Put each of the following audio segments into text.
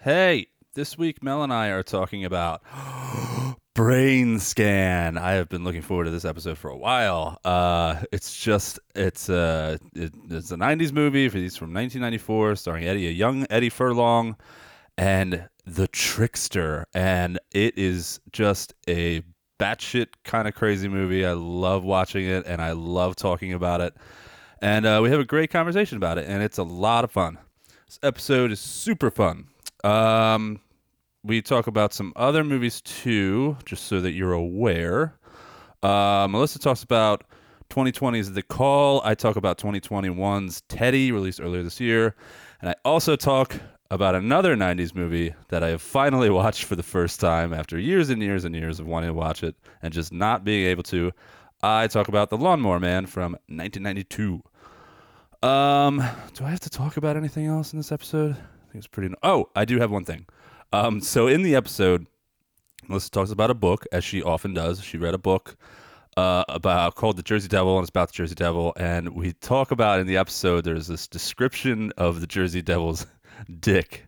Hey, this week Mel and I are talking about brain scan. I have been looking forward to this episode for a while. Uh, it's just it's a it, it's a '90s movie. It's from 1994, starring Eddie, a young Eddie Furlong, and the Trickster, and it is just a batshit kind of crazy movie. I love watching it, and I love talking about it. And uh, we have a great conversation about it, and it's a lot of fun. This episode is super fun. Um, we talk about some other movies too, just so that you're aware. Uh, Melissa talks about 2020's The Call. I talk about 2021's Teddy, released earlier this year. And I also talk about another 90s movie that I have finally watched for the first time after years and years and years of wanting to watch it and just not being able to. I talk about The Lawnmower Man from 1992. Um, do I have to talk about anything else in this episode? I think it's pretty. Oh, I do have one thing. Um, so in the episode, Melissa talks about a book, as she often does. She read a book uh, about called The Jersey Devil, and it's about the Jersey Devil. And we talk about in the episode, there's this description of the Jersey Devil's dick.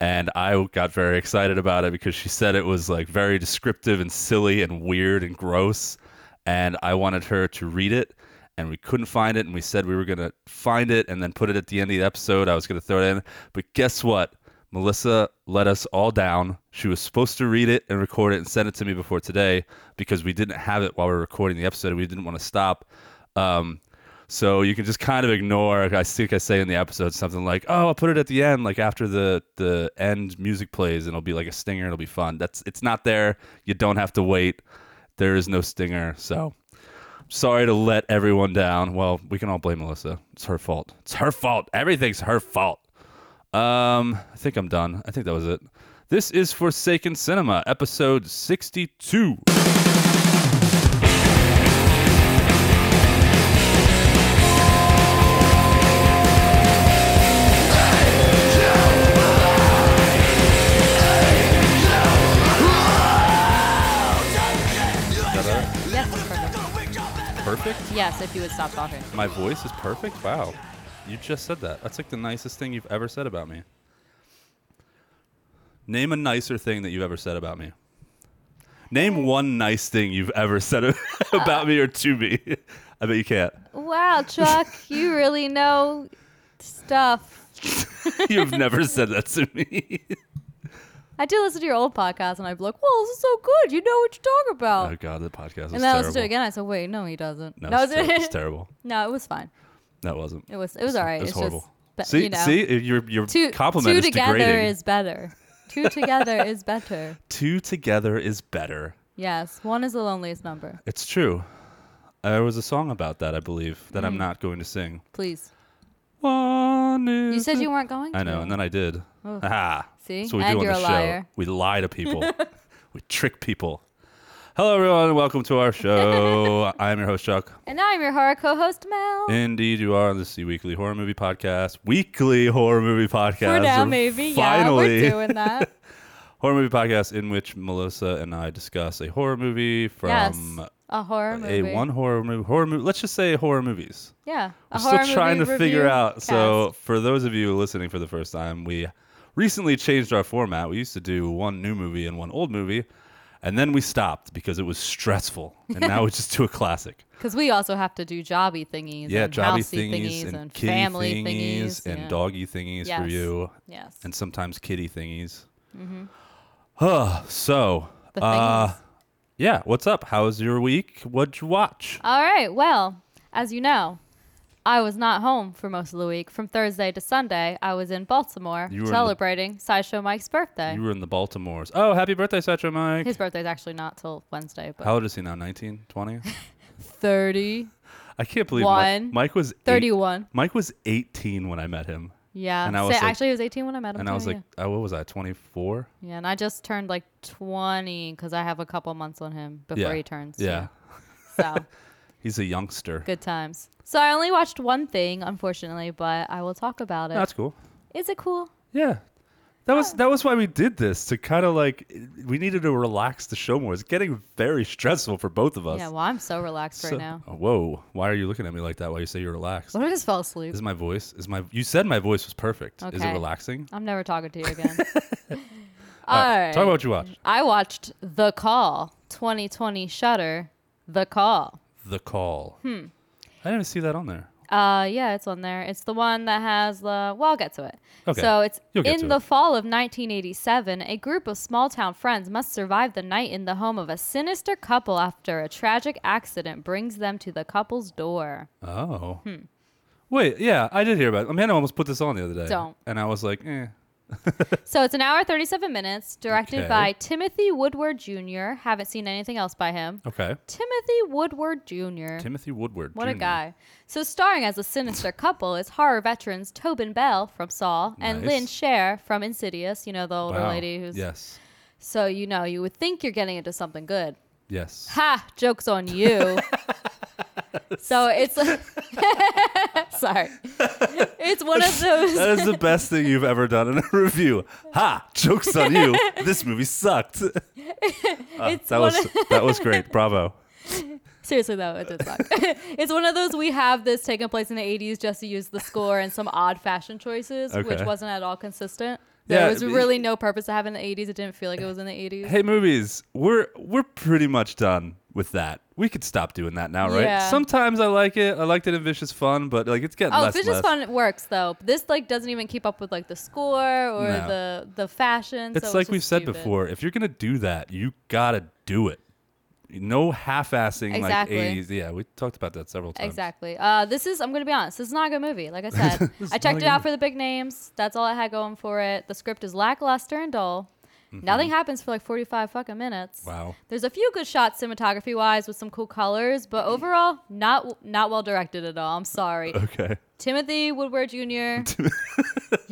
And I got very excited about it because she said it was like very descriptive and silly and weird and gross. And I wanted her to read it. And we couldn't find it. And we said we were going to find it and then put it at the end of the episode. I was going to throw it in. But guess what? Melissa let us all down. She was supposed to read it and record it and send it to me before today because we didn't have it while we were recording the episode. We didn't want to stop. Um, so you can just kind of ignore. I think I say in the episode something like, "Oh, I'll put it at the end, like after the the end music plays, and it'll be like a stinger. It'll be fun." That's it's not there. You don't have to wait. There is no stinger. So sorry to let everyone down. Well, we can all blame Melissa. It's her fault. It's her fault. Everything's her fault. Um, I think I'm done. I think that was it. This is Forsaken Cinema, episode 62. Yes, it's perfect. Perfect? Yes, if you would stop talking. My voice is perfect? Wow. You just said that. That's like the nicest thing you've ever said about me. Name a nicer thing that you've ever said about me. Name one nice thing you've ever said about me or to me. I bet you can't. Wow, Chuck, you really know stuff. You've never said that to me. I do listen to your old podcast, and I'd be like, "Well, this is so good. You know what you're talking about." oh god, the podcast is and then I terrible. listened to it again. I said, "Wait, no, he doesn't." No, it's, ter- it's it. terrible. no, it was fine. That wasn't. It was. It was all right. It was it's horrible. Just, but, see, you know, see, if your your two compliment two is together degrading. is better. Two together is better. two together is better. Yes, one is the loneliest number. It's true. There was a song about that, I believe, that Mm. I'm not going to sing. Please. One is You said the- you weren't going. To. I know, and then I did. Oh. Ah, See? that's what we And do on you're the a show. liar. We lie to people. we trick people. Hello, everyone, and welcome to our show. I'm your host, Chuck. And now I'm your horror co-host Mel. Indeed, you are on the C Weekly Horror Movie Podcast. Weekly Horror Movie Podcast. For now, and maybe. Finally, yeah, we're doing that. horror movie podcast in which Melissa and I discuss a horror movie from yes, a horror movie. a one horror movie. Horror movie. Let's just say horror movies. Yeah, a I'm horror still trying to movie figure review out. So cast. for those of you listening for the first time, we recently changed our format. We used to do one new movie and one old movie, and then we stopped because it was stressful. And now we just do a classic. because we also have to do jobby thingies, Yeah, and jobby housey thingies, and, kitty family thingies, thingies, and yeah. doggy thingies for Yes. you, Yes, and sometimes kitty thingies. Huh, so the thingies. uh, Yeah, what's up? How was your week? What'd you watch? All right. Well, as you know, I was not home for most of the week. From Thursday to Sunday, I was in Baltimore You were in the- celebrating SciShow Mike's birthday. You were in the Baltimores. Oh, happy birthday, Satcho Mike. His birthday's actually not till Wednesday, but How old is he now? 19, 20? 30, I can't believe Mi- One. Mike was eight- 31. Mike was 18 when I met him. Yeah. And I Say- was like- actually, he was 18 when I met him. And I too, was like, yeah. oh, what was I, 24? Yeah, and I just turned like 20 because I have a couple months on him before Yeah. he turns. too. Yeah. So He's a youngster. good times. So I only watched one thing, unfortunately, but I will talk about it. Is That's cool. it cool? Yeah. That was that was why we did this to kind of like we needed to relax the show more. It's getting very stressful for both of us. Yeah, well, I'm so relaxed So- uh, right now. Whoa! Why are you looking at me like that? While you say you're relaxed? What if I just fell asleep? Is my voice? Is my? You said my voice was perfect. Is it Okay. relaxing? I'm never talking to you again. All right. Talk about what you watched. I watched The Call 2020 Shutter. The Call. The Call. Hmm. I didn't see that on there. Uh, yeah, it's on there. It's the one that has the. Well, I'll get to it. Okay. So it's You'll get to in the it. fall of 1987. A group of small town friends must survive the night in the home of a sinister couple after a tragic accident brings them to the couple's door. Oh. Hmm. Wait, yeah, I did hear about it. Amanda almost put this on the other day. Don't. And I was like, eh. So it's an hour 37 minutes, directed Okay. by Timothy Woodward Jr. Haven't seen anything else by him. Okay. Timothy Woodward Jr. Timothy Woodward. What a Jr.. guy. So, starring as a sinister couple is horror veterans Tobin Bell from Saw and Nice. Lynn Scher from Insidious, you know, the older Wow. lady who's. Yes. So, you know, you would think you're getting into something good. Yes. Ha! Joke's on you. so, it's. Sorry. It's one of those. that is the best thing you've ever done in a review. Ha! Joke's on you. This movie sucked. Ah, It's that one was of- that was great. Bravo. Seriously though, it did suck. it's one of those we have this taking place in the '80s just to use the score and some odd fashion choices, which Okay. wasn't at all consistent. There Yeah, was it- really no purpose to have in the '80s. It didn't feel like it was in the '80s. Hey movies, we're we're pretty much done with that. We could stop doing that now, right? Yeah. Sometimes I like it. I liked it in Vicious Fun, but like it's getting oh, less Vicious less. Fun works though. This like doesn't even keep up with like the score or No. the the fashion. so It's it was like just we've said stupid. before. If you're gonna do that, you gotta do it. No half-assing Exactly. like '80s. Yeah, we talked about that several times. Exactly. Uh, this is. I'm gonna be honest. This is not a good movie. Like I said, is not I a checked good it out movie. for the big names. That's all I had going for it. The script is lackluster and dull. Nothing happens for like 45 fucking minutes. Mm-hmm. Wow. There's a few good shots cinematography wise with some cool colors, but overall, not not well directed at all. I'm sorry, Okay. Timothy Woodward Jr. You're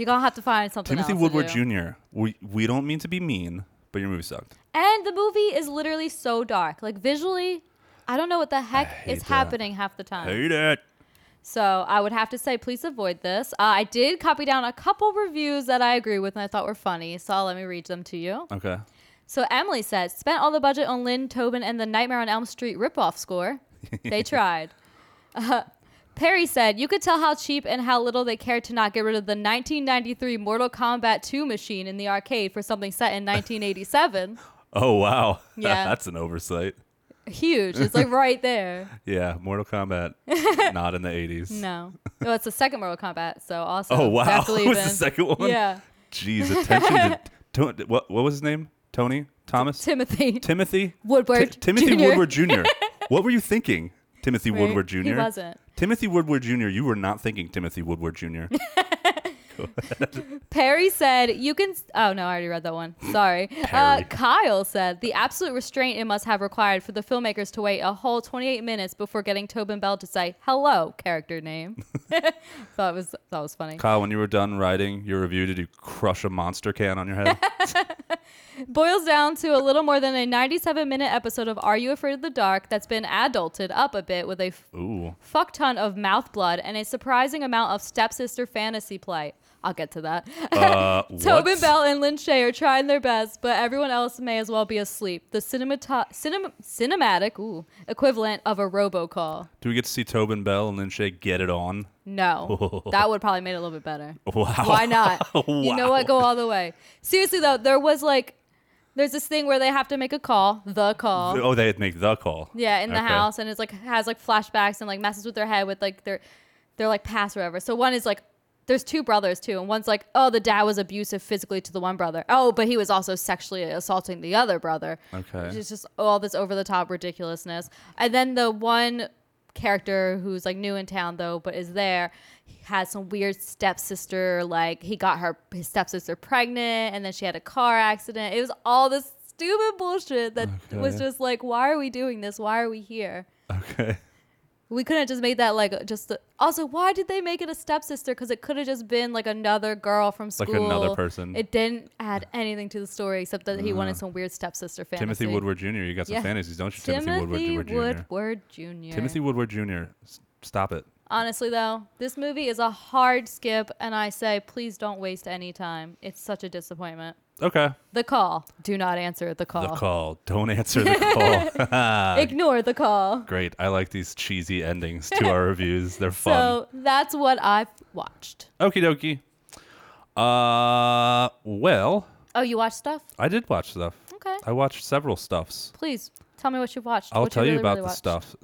gonna have to find something. Timothy else to Woodward do. Jr. We we don't mean to be mean, but your movie sucked. And the movie is literally so dark. Like visually, I don't know what the heck hate is that. happening half the time. Hate it. So I would have to say, please avoid this. Uh, I did copy down a couple reviews that I agree with and I thought were funny, so I'll let me read them to you. Okay. So Emily says, spent all the budget on Lynn Tobin and the Nightmare on Elm Street ripoff score. They tried. Uh, Perry said, you could tell how cheap and how little they cared to not get rid of the 1993 Mortal Kombat 2 machine in the arcade for something set in 1987. Oh wow. Yeah. That's an oversight. Huge. It's like right there. Yeah. Mortal Kombat. not in the '80s. No. No, it's the second Mortal Kombat, so also. Oh wow. that's That was the leaving. second one. Yeah. Jeez. Attention to. To- what what was his name? Tony Thomas. Timothy. Timothy Woodward Timothy Jr.. Woodward Jr. what were you thinking, Timothy Right? Woodward Jr.? He wasn't. Timothy Woodward Jr. You were not thinking Timothy Woodward Jr. Perry said, "You can." Oh no, I already read that one. Sorry. Uh, Perry. Kyle said, "The absolute restraint it must have required for the filmmakers to wait a whole 28 minutes before getting Tobin Bell to say hello character name." that was that was funny. Kyle, when you were done writing your review, did you crush a monster can on your head? Boils down to a little more than a 97 minute episode of Are You Afraid of the Dark that's been adulted up a bit with a f- Ooh. fuck ton of mouth blood and a surprising amount of stepsister fantasy play. I'll get to that. Uh, Tobin what? Bell and Lynn Shay are trying their best, but everyone else may as well be asleep. The cinemata- cinema- cinematic ooh, equivalent of a robocall. Do we get to see Tobin Bell and Lynn Shay get it on? No, that would probably made it a little bit better. Wow. Why not? You know Wow. what? Go all the way. Seriously though, there was like, there's this thing where they have to make a call, the call. Oh, they had to make the call. Yeah, in the Okay. house, and it's like has like flashbacks and like messes with their head with like their their like past or whatever. So one is like there's two brothers too, and one's like, oh, the dad was abusive physically to the one brother. Oh, but he was also sexually assaulting the other brother. Okay. it's just all this over the top ridiculousness. And then the one character who's like new in town though, but is there, he has some weird stepsister. Like he got her his stepsister pregnant, and then she had a car accident. It was all this stupid bullshit that was Okay. just like, why are we doing this? Why are we here? Okay. We couldn't have just made that like just. also, why did they make it a stepsister? Because it could have just been like another girl from Like school. another person. Uh-huh. It didn't add anything to the story except that he wanted some weird stepsister fantasy. Timothy Woodward Jr. You got some Yeah. fantasies, don't you? Timothy Timothy Woodward Jr. Woodward Jr. Timothy Woodward Jr. S- Stop it. Honestly, though, this movie is a hard skip, and I say, please don't waste any time. It's such a disappointment. Okay. The call. Do not answer the call. The call. Don't answer the call. Ignore the call. Great. I like these cheesy endings to our reviews. They're fun. So that's what I've watched. Okie dokie. Uh, well, Oh, you watched stuff? I did watch stuff. Okay. I watched several stuffs. Please tell me what you've watched. I'll what tell you, really, about really the watched. stuff.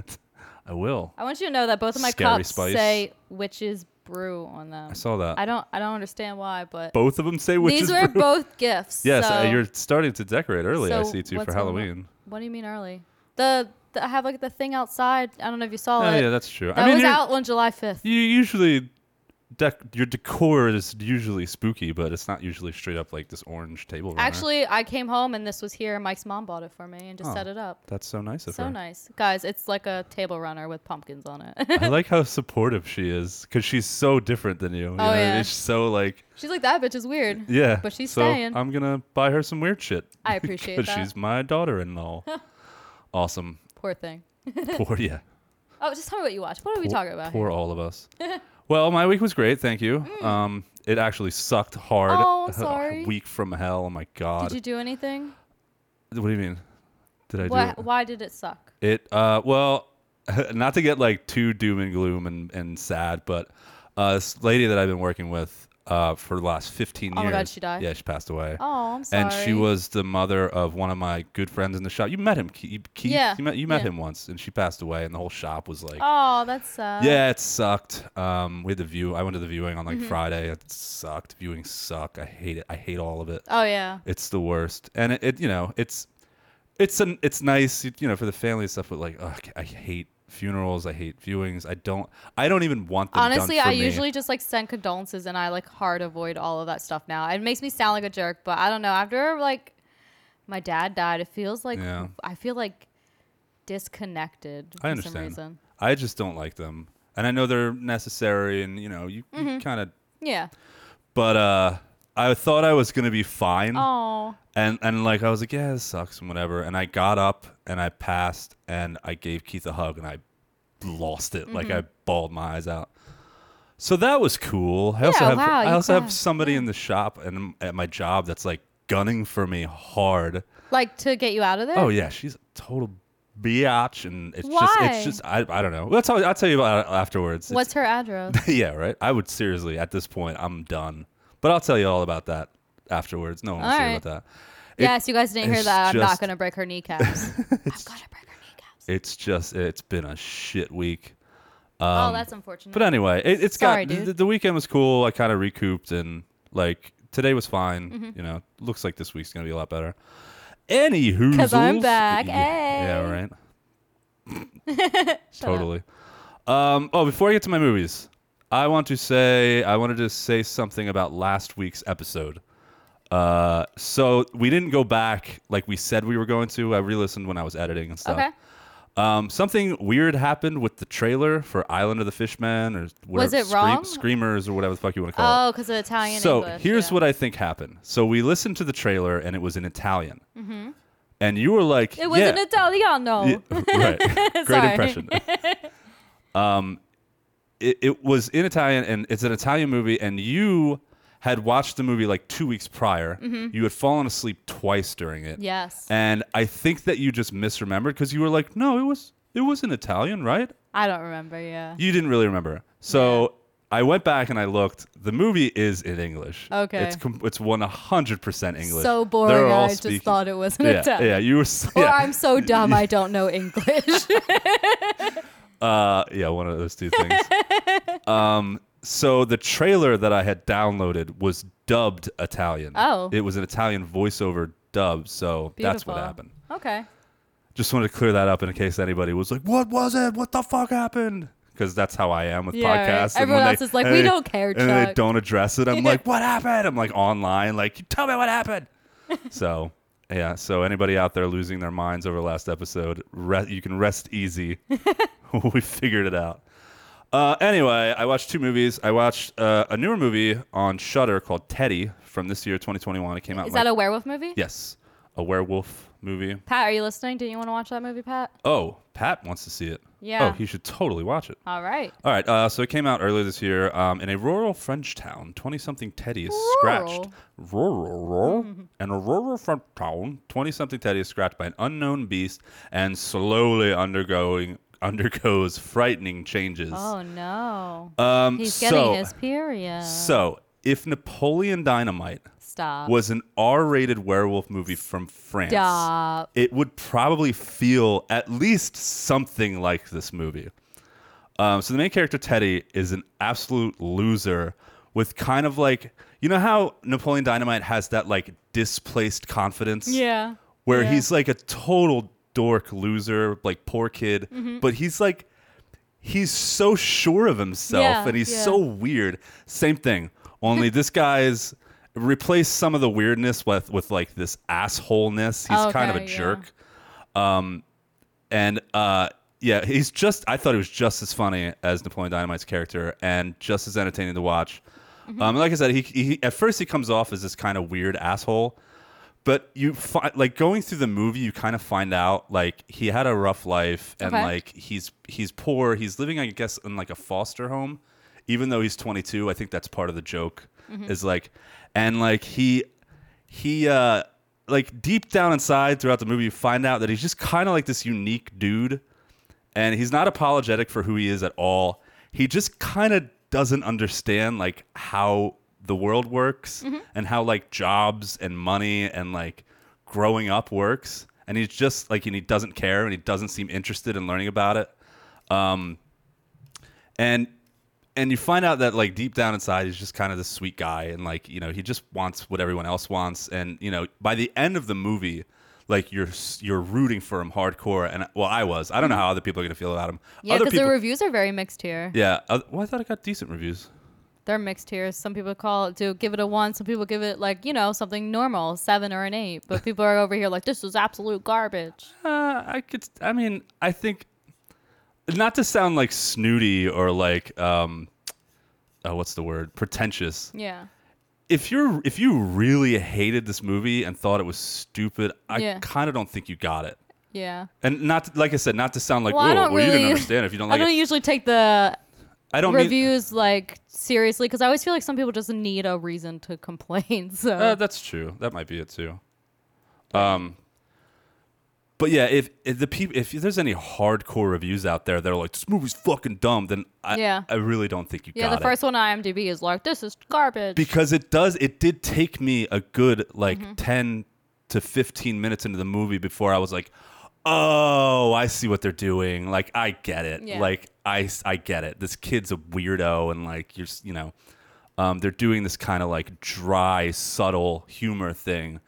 I will. I want you to know that both of my Scary cups Spice. say witches brew on them. I saw that. I don't. I don't understand why, but Both of them say which these is were brew. both gifts. Yes, so, uh, you're starting to decorate early. I so see too for what's going on? Halloween. What do you mean early? The, the I have like the thing outside. I don't know if you saw Oh it. yeah, that's true. that I mean, was you're- out on July fifth. you usually dec- your decor is usually spooky, but it's not usually straight up like this orange table. runner. Actually, I came home and this was here. Mike's mom bought it for me and just Oh. set it up. that's so nice of So her. nice, guys. It's like a table runner with pumpkins on it. I like how supportive she is because she's so different than you. you know? Oh, yeah. It's so like She's like that bitch is weird. yeah. But she's so staying. I'm gonna buy her some weird shit. I appreciate Because that. she's my daughter-in-law. awesome. Poor thing. Poor yeah. Oh, just tell me what you watched. What are we Poor- talking about? Poor here? all of us. well, my week was great, thank you. Um, it actually sucked hard. Mm. Oh, I'm sorry. Week from hell. Oh my god. Did you do anything? what do you mean? Did I do Why, it? why did it suck? It uh well, not to get like too doom and gloom and and sad, but uh, this lady that I've been working with uh for the last 15 Oh my years. God, she died? Yeah, she passed away. Oh, I'm sorry. And she was the mother of one of my good friends in the shop. You met him, Keith. Keith? Yeah, You met, you met yeah. him once, and she passed away, and the whole shop was like, Oh, that's sad. yeah, it sucked. Um, we had the view. I went to the viewing on like Mm-hmm. Friday. It sucked. Viewings suck. I hate it. I hate all of it. Oh yeah. It's the worst. And it, it you know, it's it's an it's nice, you know, for the family and stuff. But like, ugh, I hate funerals. I hate viewings. I don't. I don't even want them. done Honestly, for I me. usually just like send condolences and I like hard avoid all of that stuff now. It makes me sound like a jerk, but I don't know. After like my dad died, it feels like Yeah. I feel like disconnected for I some understand. reason. I just don't like them, and I know they're necessary, and you know, you, Mm-hmm. you kind of. Yeah. But uh, I thought I was gonna be fine. Oh. And and like I was like, yeah, this sucks and whatever. And I got up and I passed and I gave Keith a hug and I lost it. Mm-hmm. Like I bawled my eyes out. So that was cool. I also Yeah, have wow, I you also cried. have somebody in the shop and at my job that's like gunning for me hard. Like to get you out of there? Oh yeah, she's a total biatch and it's just Why? it's just I, I don't know. That's all, I'll tell you about it afterwards. It's- What's her address? yeah, right. I would seriously at this point I'm done. But I'll tell you all about that afterwards. No one wants to hear Alright. about that. It- yes, you guys didn't hear it's that. I'm not just- gonna break her kneecaps. I'm gonna break her kneecaps. it's just it's been a shit week. oh, that's unfortunate. Um, But uh, anyway, it, it's Sorry, got th- dude. th- the weekend was cool. I kind of recouped and like today was fine. Mm-hmm. You know, looks like this week's gonna be a lot better. Anywho, 'Cause I'm back, Yeah, yeah, hey. right. totally. Um, oh, before I get to my movies, I want to say I wanted to say something about last week's episode. Uh, so we didn't go back like we said we were going to. I re-listened when I was editing and stuff. okay. Um, something weird happened with the trailer for Island of the Fishmen or whatever, it wrong? Screamers or whatever the fuck you want to call Oh, because of it. Italian. So English, here's yeah. what I think happened. So we listened to the trailer and it was in Italian, mm-hmm. and you were like, It was yeah. an Italiano. Yeah, right. Great Sorry. impression. um, it, it was in Italian, and it's an Italian movie, and you had watched the movie like two weeks prior. Mm-hmm. You had fallen asleep twice during it. Yes. And I think that you just misremembered because you were like, no, it was it was in Italian, right? I don't remember. Yeah. You didn't really remember. So I went back and I looked. The movie is in English. Okay. It's com- it's one hundred percent English. So They're boring. all I just speaking- thought it was an Yeah, Italian. yeah, you were. Or yeah. I'm so dumb I don't know English. Uh, yeah, one of those two things. um, so the trailer that I had downloaded was dubbed Italian. Oh. it was an Italian voiceover dub. So that's what happened. Okay. Just wanted to clear that up in case anybody was like, "What was it? What the fuck happened?" Because that's how I am with Yeah, right. podcasts. And Everyone when else they- is like, and "We they- don't care, and they Chuck." don't address it. I'm like, "What happened?" I'm like online, like, "Tell me what happened." so. Yeah, so anybody out there losing their minds over the last episode, re- you can rest easy. we figured it out. Uh, anyway, I watched two movies. I watched uh, a newer movie on Shutter called Teddy from this year, 2021. It came out. Is like- that a werewolf movie? yes, a a werewolf movie. Pat, are you listening? Didn't you want to watch that movie, Pat? Oh, Pat wants to see it. Yeah. Oh, he should totally watch it. All right. All right, uh, so it came out earlier this year. Um, in a rural French town, 20 something Teddy is scratched. Rural, rural. In a rural French town, 20 something Teddy is scratched by an unknown beast and slowly undergoing undergoes frightening changes. Oh no. um, He's so, getting his period. So, if Napoleon Dynamite Stop. was an R rated werewolf movie from France, Stop. it would probably feel at least something like this movie. Um, so the main character Teddy is an absolute loser with kind of like you know how Napoleon Dynamite has that like displaced confidence, Yeah. where Yeah. he's like a total dork loser, like poor kid, Mm-hmm. but he's like he's so sure of himself Yeah, and he's yeah. so weird. Same thing, only this guy's replaced some of the weirdness with with like this assholeness. He's kind of a Okay, yeah. jerk Um, and uh yeah he's just i thought he was just as funny as napoleon dynamite's character and just as entertaining to watch Mm-hmm. um like i said he, he at first he comes off as this kind of weird asshole but you find like going through the movie you kind of find out like he had a rough life and Okay. like he's he's poor he's living i guess in like a foster home even though he's 22 i think that's part of the joke is like and like he he uh like deep down inside throughout the movie you find out that he's just kind of like this unique dude and he's not apologetic for who he is at all he just kind of doesn't understand like how the world works and how like jobs and money and like growing up works and he's just like and he doesn't care and he doesn't seem interested in learning about it and and you find out that like deep down inside he's just kind of this sweet guy and like you know he just wants what everyone else wants and you know by the end of the movie like you're s- you're rooting for him hardcore and well I was I don't know how other people are gonna feel about him Yeah, other because people the reviews are very mixed here. yeah oth- well I thought it got decent reviews They're mixed here. Some people call it do give it a one. Some people give it like you know something normal, seven or an eight. But people are over here like this is absolute garbage. Uh, I could. I mean, I think not to sound like snooty or like um, uh, what's the word? Pretentious. Yeah. If you're if you really hated this movie and thought it was stupid, I Yeah. kind of don't think you got it. Yeah. And not like I said, not to sound like Well, I "Whoa, don't well, you didn't really- understand if you don't I like don't it. usually take the I don't mean reviews like seriously because I always feel like some people just need a reason to complain. So Uh, that's true. That might be it too. Um, but yeah, if, if the people, if there's any hardcore reviews out there that are like this movie's fucking dumb, then I, Yeah. I really don't think you yeah, got the it. first one on IMDb is like this is garbage. because it does it did take me a good like Mm-hmm. 10 to 15 minutes into the movie before i was like oh i see what they're doing like i get it Yeah. like I, s- I get it this kid's a weirdo and like you're s- you know um, they're doing this kind of like dry subtle humor thing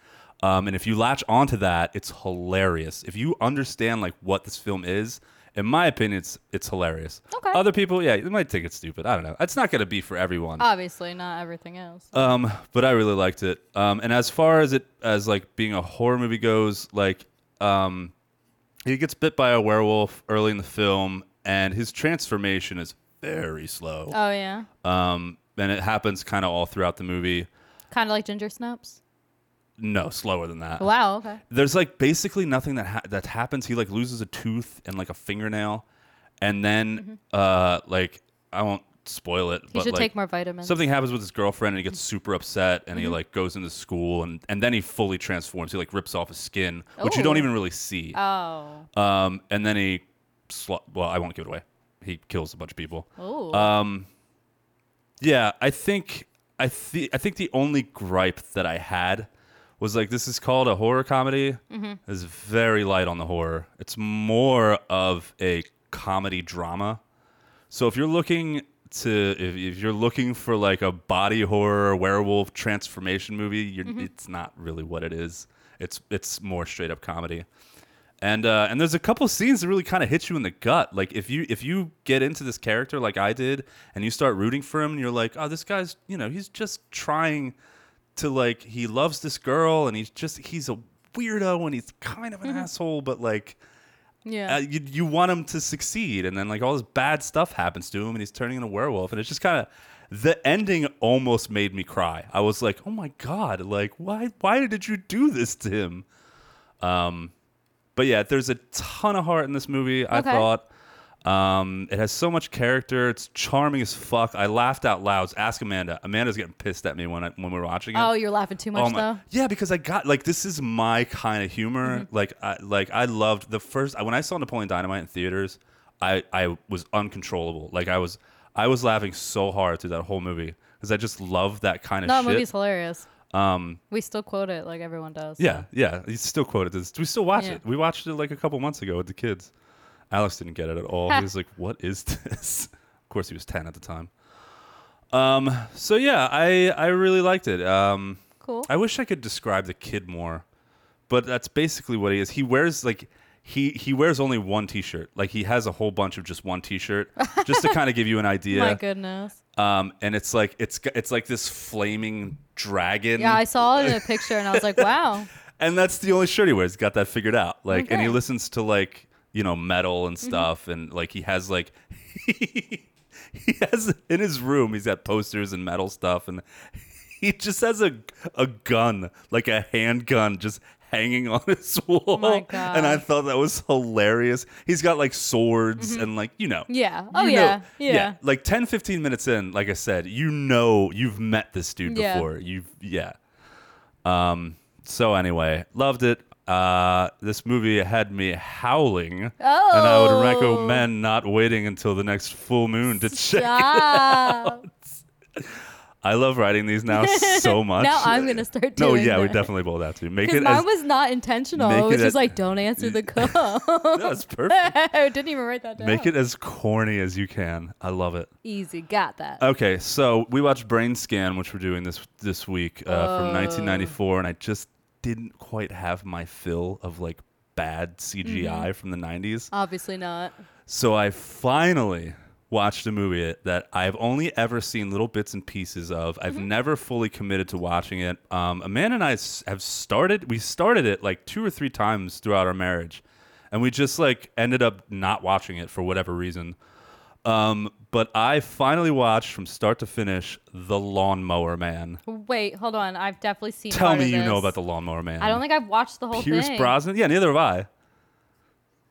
um, and if you latch onto that it's hilarious if you understand like what this film is in my opinion it's it's hilarious Okay. other people yeah they might think it's stupid i don't know it's not going to be for everyone Obviously, not everything else. um, but I really liked it. Um, and as far as it as like being a horror movie goes, like um, he gets bit by a werewolf early in the film, and his transformation is very slow. oh yeah, Um, and it happens kind of all throughout the movie. kind of like ginger snaps. No, slower than that. Wow. Okay. There's like basically nothing that ha- that happens. He like loses a tooth and like a fingernail, and then uh, like I won't spoil it. You but Mm-hmm. should like, take more vitamins. Something happens with his girlfriend and he gets super upset and he like goes into school and, and then he fully transforms. He like rips off his skin, which you don't Ooh. even really see. Oh. Um, and then he, sl- well, I won't give it away. He kills a bunch of people. Oh. uh, Yeah, I think I th- I think the only gripe that I had was like this is called a horror comedy. It's very light on the horror. It's more of a comedy drama. So if you're looking to if, if you're looking for like a body horror werewolf transformation movie, you're, it's not really what it is. It's it's more straight up comedy. And uh, and there's a couple scenes that really kind of hit you in the gut. Like if you if you get into this character like I did, and you start rooting for him, and you're like, oh, this guy's you know he's just trying to like he loves this girl, and he's just he's a weirdo, and he's kind of an asshole, but like yeah. uh, you, you want him to succeed and then like all this bad stuff happens to him and he's turning into a werewolf and it's just kind of the ending almost made me cry i was like oh my god like why why did you do this to him Um, but yeah, there's a ton of heart in this movie. I Okay. thought um, it has so much character. It's charming as fuck. I laughed out loud. Ask Amanda. Amanda's getting pissed at me when I, when we were watching it. Oh, you're laughing too much though. Mm-hmm. Yeah, because I got like this is my kind of humor. Like I like I loved the first when I saw Napoleon Dynamite in theaters, I I was uncontrollable. Like I was I was laughing so hard through that whole movie cuz I just love that kind of No, that shit. movie's hilarious. Um, we still quote it like everyone does. Yeah, yeah. He's still quoted this. We still watch Yeah. it. We watched it like a couple months ago with the kids. Alex didn't get it at all. he was like, "What is this?" Of course, he was ten at the time. Um. So yeah, I I really liked it. Um. Cool. I wish I could describe the kid more, but that's basically what he is. He wears like he he wears only one T-shirt. Like he has a whole bunch of just one T-shirt, just to kind of give you an idea. Oh My goodness. Um. And it's like it's it's like this flaming dragon. Yeah, I saw it in a picture and I was like, wow. and that's the only shirt he wears. He's got that figured out. Like, and he Okay. Mm-hmm. listens to like you know metal and stuff, and like he has like he has in his room. He's got posters and metal stuff, and he just has a a gun, like a handgun, just hanging on his wall. Oh my and I gosh. thought that was hilarious. He's got like swords Mm-hmm. and like you know. Yeah. Oh you know- yeah. yeah. Like 10, 15 minutes in, like I said, you know you've met this dude Yeah. before. You've yeah. Um so anyway, loved it. Uh this movie had me howling. And I Oh. would recommend not waiting until the next full moon to check. Stop. I love writing these now so much. Now I'm gonna start No, doing yeah, we that. definitely both have to. Make Because it mine as was not intentional. make It was it just a- like, don't answer the call. no, it's perfect. Didn't even write that down. Make it as corny as you can. I love it. easy. Got that. Okay, so we watched Brain Scan, which we're doing this this week uh, from 1994, and I just didn't quite have my fill of like bad CGI from the 90s. Obviously not. So I finally watched a movie that I've only ever seen little bits and pieces of. I've Mm-hmm. never fully committed to watching it. Um, Amanda and I s- have started, we started it like two or three times throughout our marriage, and we just like ended up not watching it for whatever reason. Um, but I finally watched from start to finish The Lawnmower Man. Wait, hold on. I've definitely seen. Tell part me of you know this. about The Lawnmower Man. I don't think I've watched the whole Pierce thing. Brosnan? Yeah, neither have I.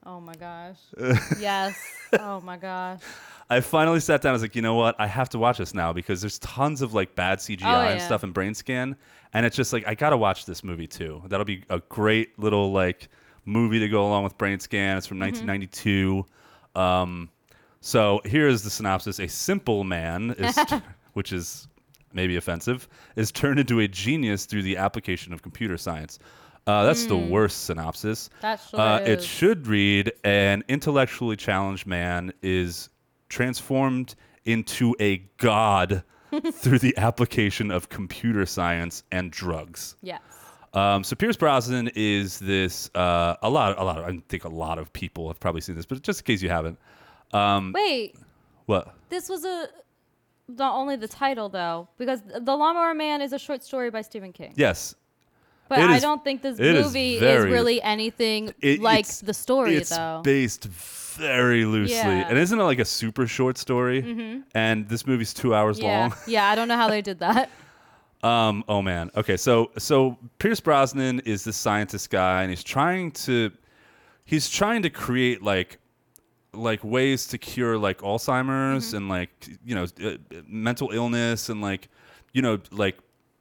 Oh my gosh. Uh, yes. Oh my gosh. I finally sat down. I was like, you know what? I have to watch this now because there's tons of like bad CGI Oh, and yeah. stuff in Brain Scan, and it's just like I gotta watch this movie too. That'll be a great little like movie to go along with Brain Scan. It's from Mm-hmm. 1992. Um, so here is the synopsis: A simple man is, which is maybe offensive, is turned into a genius through the application of computer science. Uh, that's the worst synopsis. Hmm. That sure uh, It is. should read: An intellectually challenged man is transformed into a god through the application of computer science and drugs. Yes. Um, so Pierce Brosnan is this uh, a lot, a lot. Of, I think a lot of people have probably seen this, but just in case you haven't, um, Wait. what? This was a. Not only the title though, because The Lawnmower Man is a short story by Stephen King. Yes, but it I is- don't think this it is movie is, very- really anything It- like it's- the story it's though. based very loosely, Yeah. Mm-hmm. and isn't it like a super short story? And this movie's two hours yeah. long. yeah. I don't know how they did that. Um, oh man. Okay, so so Pierce Brosnan is this scientist guy, and he's trying to he's trying to create like like ways to cure like Alzheimer's and like you know uh, mental illness and like you know like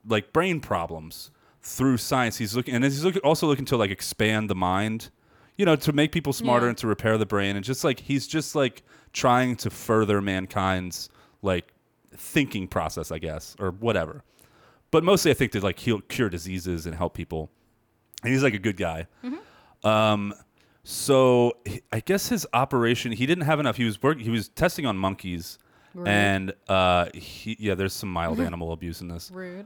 like brain problems through science. He's looking and he's look, also looking to like expand the mind, you know, to make people smarter Yeah. and to repair the brain and just like he's just like trying to further mankind's like thinking process, I guess, or whatever but mostly I think to like heal, cure diseases and help people. And he's like a good guy. Um, so he- I guess his operation, he didn't have enough. He was work, he was testing on monkeys, Right. and uh, he, yeah, there's some mild animal abuse in this. Rude.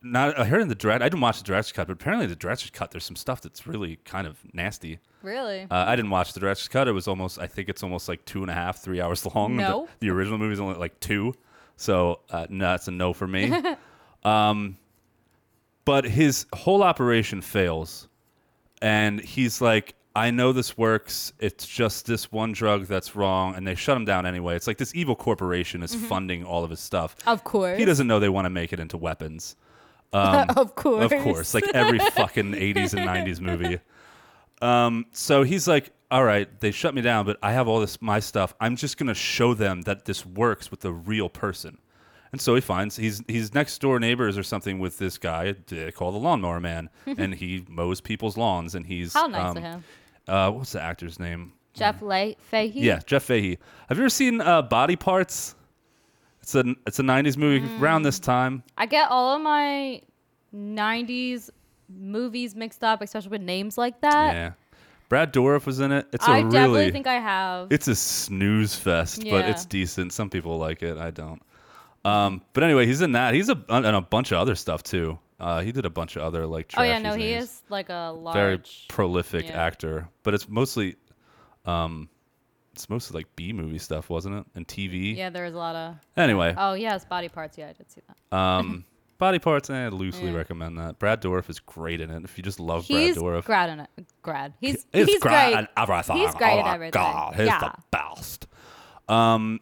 Not I heard in the direct. I didn't watch the director's cut, but apparently the director's cut, there's some stuff that's really kind of nasty. really? Uh, I didn't watch the director's cut. It was almost, I think it's almost like two and a half, three hours long. The- No. The, original movie's only like two. So uh, no, that's a no for me. um, but his whole operation fails. And he's like, I know this works. It's just this one drug that's wrong. And they shut him down anyway. It's like this evil corporation is funding all of his stuff. Mm-hmm. of course. He doesn't know they want to make it into weapons. of course. um, Of course, like every fucking 80s and 90s movie. Um, so he's like, all right, they shut me down, but I have all this my stuff. I'm just gonna show them that this works with a real person. And so he finds he's he's next door neighbors or something with this guy uh, called the Lawnmower Man, and he mows people's lawns. And he's How nice of um, him. Uh, what's the actor's name? Jeff Le- Fahey. Yeah, Jeff Fahey. Have you ever seen uh, Body Parts? It's a it's a '90s movie Mm. around this time. I get all of my 90s movies mixed up, especially with names like that. yeah, Brad Dourif was in it. It's a Uh, I really definitely think I have. It's a snooze fest, but Yeah. it's decent. Some people like it. I don't. Um, but anyway, he's in that. He's a, on a bunch of other stuff too. Uh, he did a bunch of other like. oh, yeah, trashy no, he things. is like a large. very prolific yeah. actor. But it's mostly, um, it's mostly like B movie stuff, wasn't it? And TV. yeah, there was a lot of. Anyway, Oh, yes, body parts. Yeah, I did see that. um, Body Parts. I loosely recommend that. Brad Dourif is great in it. If you just love He's Brad Dourif, grad in it. Grad. He's, It's he's great. great. at everything. He's great oh at my everything. God, he's Yeah. the best. Um,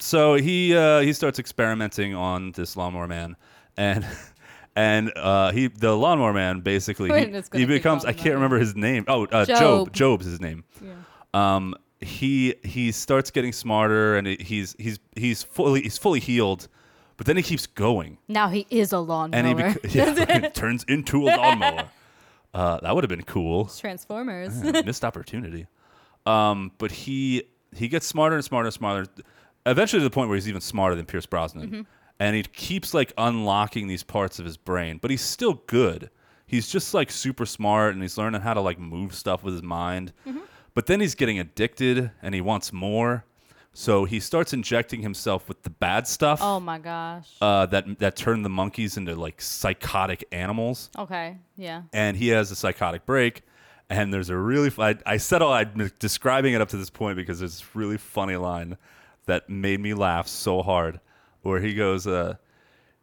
so he uh, he starts experimenting on this lawnmower man, and and uh, he the lawnmower man basically We're he, just gonna he keep becomes I calling him can't that. remember his name. Oh, uh, Job. Job. Job's his name. Um, he he starts getting smarter, and he's he's he's fully he's fully healed, but then he keeps going Now he is a lawnmower. and he beca- yeah, right, turns into a lawnmower. Uh, that would have been cool. Transformers. Yeah, missed opportunity. Um, but he he gets smarter and smarter and smarter, eventually to the point where he's even smarter than Pierce Brosnan, Mm-hmm. and he keeps like unlocking these parts of his brain. But he's still good. He's just like super smart, and he's learning how to like move stuff with his mind. Mm-hmm. But then he's getting addicted, and he wants more. So he starts injecting himself with the bad stuff oh, my gosh. uh, that that turn the monkeys into like psychotic animals Okay. Yeah. and he has a psychotic break. And there's a really fu- I, I said all I'm describing it up to this point because there's this really funny line that made me laugh so hard, where he goes, uh,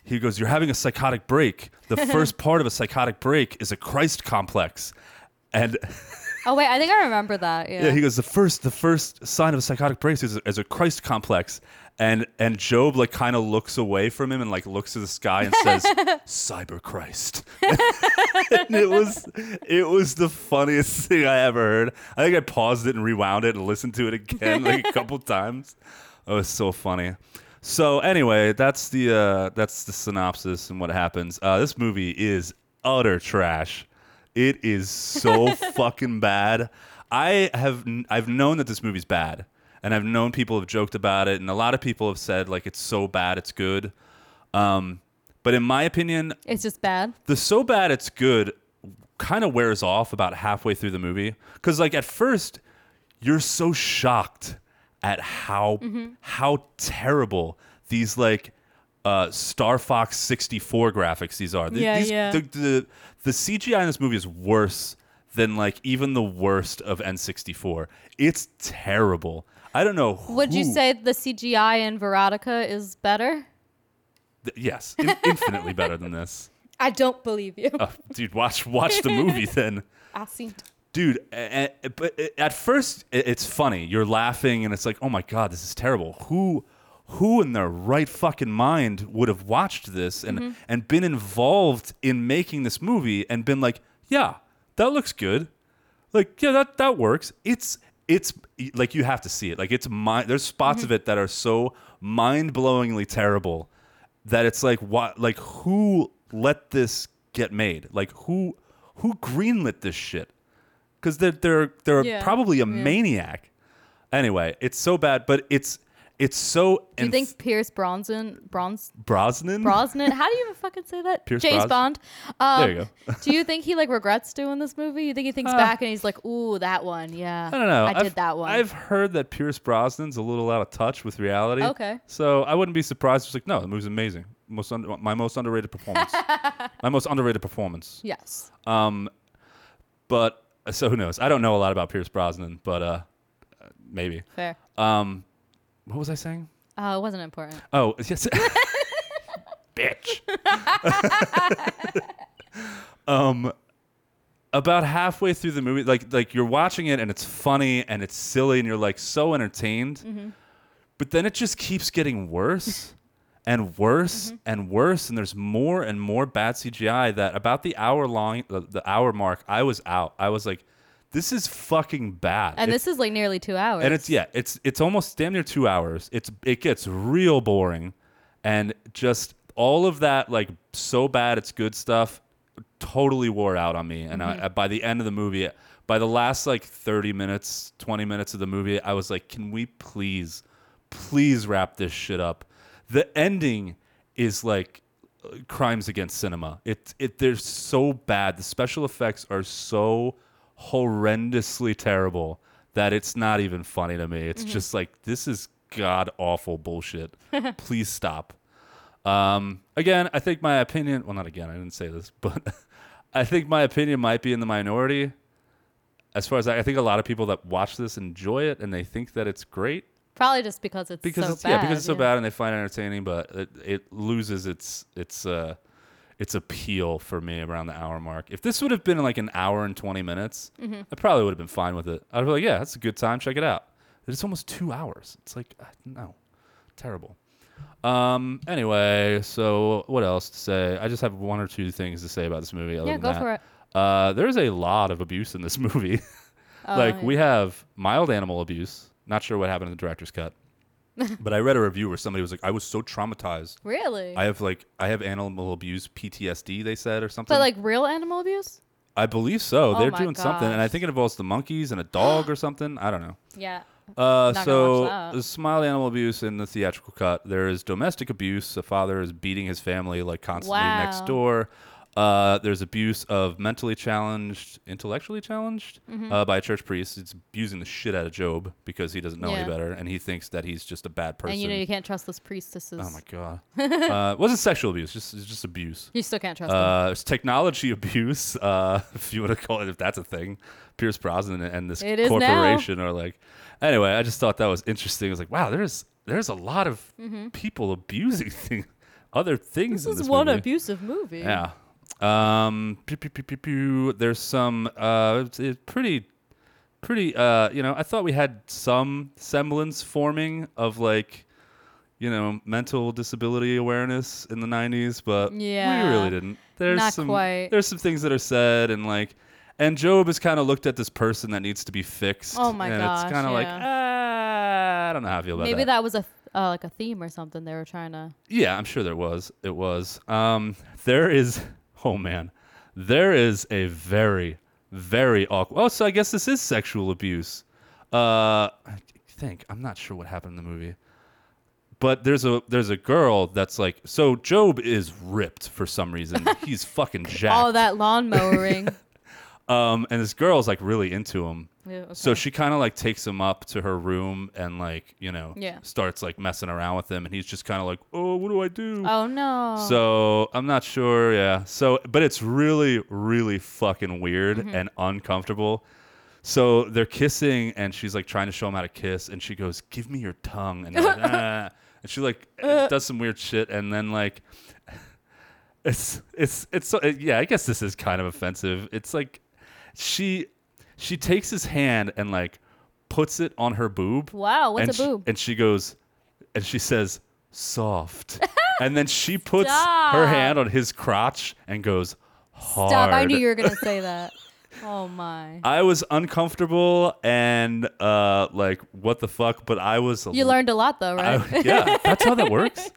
he goes, "You're having a psychotic break. The first part of a psychotic break is a Christ complex." And Oh, wait. I think I remember that. Yeah. yeah, he goes, "The first, the first sign of a psychotic break is, is a Christ complex." And and Job like kind of looks away from him and like looks to the sky and says, "Cyber Christ." and it was it was the funniest thing I ever heard. I think I paused it and rewound it and listened to it again like a couple times. It was so funny. So anyway, that's the uh, that's the synopsis and what happens. Uh, this movie is utter trash. It is so fucking bad. I have n- I've known that this movie's bad, and I've known people have joked about it, and a lot of people have said like it's so bad it's good. Um, but in my opinion, it's just bad. the so bad it's good kind of wears off about halfway through the movie because like at first you're so shocked at how Mm-hmm. how terrible these like uh, Star Fox 64 graphics these are. Th- Yeah, these- yeah. The, the the CGI in this movie is worse than like even the worst of N64. It's terrible. I don't know. Would you who- say the CGI in Veronica is better? th- yes, in- infinitely better than this. I don't believe you. Oh, dude, watch watch the movie then. I've seen. dude a- a- but a- at first i- it's funny you're laughing and it's like oh my god this is terrible who who in their right fucking mind would have watched this and and been involved in making this movie and been like yeah that looks good like yeah that that works it's it's like you have to see it like it's mind there's spots Mm-hmm. of it that are so mind-blowingly terrible that it's like what like who let this get made like who who greenlit this shit because they're they're they're Yeah, probably a maniac. Anyway, it's so bad, but it's it's so. Do you think Pierce Bronson, Brons, Brosnan? Brosnan? How do you even fucking say that? Pierce James Bros- Bond. Um, There you go. Uh, do you think he like regrets doing this movie? You think he thinks back and he's like, "Ooh, that one, yeah, I don't know. I I've- did that one." I've heard that Pierce Brosnan's a little out of touch with reality. Okay. So I wouldn't be surprised. It's like, no, the movie's amazing. Most under, my most underrated performance. my most underrated performance. yes. Um, but uh, so who knows? I don't know a lot about Pierce Brosnan, but uh, maybe. Fair. Um, what was I saying? Uh, it wasn't important. Oh, yes. Bitch. um about halfway through the movie like like you're watching it and it's funny and it's Mm-hmm. silly and you're like so entertained. But then it just keeps getting worse and worse Mm-hmm. and worse and there's more and more bad CGI that about the hour long the, the hour mark I was out. I was like this is fucking bad. And It's- this is like nearly two hours. and it's yeah, it's it's almost damn near two hours. It's it gets real boring, and just all of that like so bad it's good stuff totally wore out on me. And I, by the end of the movie, by the last like thirty minutes, twenty minutes of the movie, I was like, can we please, please wrap this shit up? The ending is like uh, crimes against cinema. It it they're so bad. The special effects are so horrendously terrible that it's not even funny to me. It's just like this is god awful bullshit. Please stop. Um, again, I think my opinion. Well, not again. I didn't say this, but I think my opinion might be in the minority. As far as I, I think, a lot of people that watch this enjoy it and they think that it's great Probably just because it's because so it's bad. yeah because it's so bad and they find it entertaining, but it, it loses its its uh its appeal for me around the hour mark. If this would have been like an hour and twenty minutes, Mm-hmm. I probably would have been fine with it. I'd be like, yeah, that's a good time. Check it out. But it's almost two hours. It's like uh, no, terrible. Um. Anyway, so what else to say? I just have one or two things to say about this movie. Other Yeah, than go that. for it. Uh, there's a lot of abuse in this movie. Oh, like we have mild animal abuse. Not sure what happened in the director's cut, but I read a review where somebody was like, "I was so traumatized. Really? I have like I have animal abuse PTSD." They said or something. but like real animal abuse? I believe so. Oh They're my doing something, and I gosh. think it involves the monkeys and a dog or something. I don't know. Yeah. Uh, Not gonna so watch that. the mild animal abuse in the theatrical cut. There is domestic abuse. A father is beating his family like constantly next Wow. door. Uh, there's abuse of mentally challenged, intellectually challenged Mm-hmm. uh, by a church priest. It's abusing the shit out of Job because he doesn't know Yeah. any better, and he thinks that he's just a bad person. And you know you can't trust those priestesses. oh my god! uh, it wasn't sexual abuse. Just it's just abuse. You still can't trust them. Uh, it's technology abuse, uh, if you want to call it, if that's a thing. Pierce Brosnan and this It is corporation are like. Anyway, I just thought that was interesting. I was like, wow, there's there's a lot of people abusing thing, other things. in Mm-hmm. This this is one movie. abusive movie. Yeah. Um, pew, pew, pew, pew, pew. There's some uh, it's- it's pretty, pretty. Uh, you know, I thought we had some semblance forming of like, you know, mental disability awareness in the '90s, but we Yeah. really didn't. There's Not some quite. there's some things that are said and like, and Job is kind of looked at this person that needs to be fixed. Oh my and gosh, it's kind of like, ah, I don't know how I feel about Maybe that. that was a th- uh, like a theme or something they were trying to. Yeah, I'm sure there was. It was. Um, there is. Oh man, there is a very, very awkward. Oh, so I guess this is sexual abuse. Uh, I think I'm not sure what happened in the movie, but there's a there's a girl that's like. So Job is ripped for some reason. He's fucking jacked. All Oh, that lawnmower ring. Um, and this girl's like really into him. Yeah, okay. So she kind of like takes him up to her room and like you know Yeah. starts like messing around with him, and he's just kind of like, oh, what do I do? Oh no. So I'm not sure. Yeah. So, but it's really, really fucking weird and uncomfortable. So they're kissing, and she's like trying to show him how to kiss, and she goes, "Give me your tongue," and they're like, "Ah." and she like does some weird shit, and then like. It's it's it's so yeah. I guess this is kind of offensive. It's like she she takes his hand and like puts it on her boob. Wow, what's and a she- boob? and she goes, and she says, soft. and then she puts her Stop. hand on his crotch and goes, hard. Stop! I knew you were gonna say that. Oh my. I was uncomfortable and uh, like, what the fuck? But I was. You learned a lot though, right? I- yeah, that's how that works.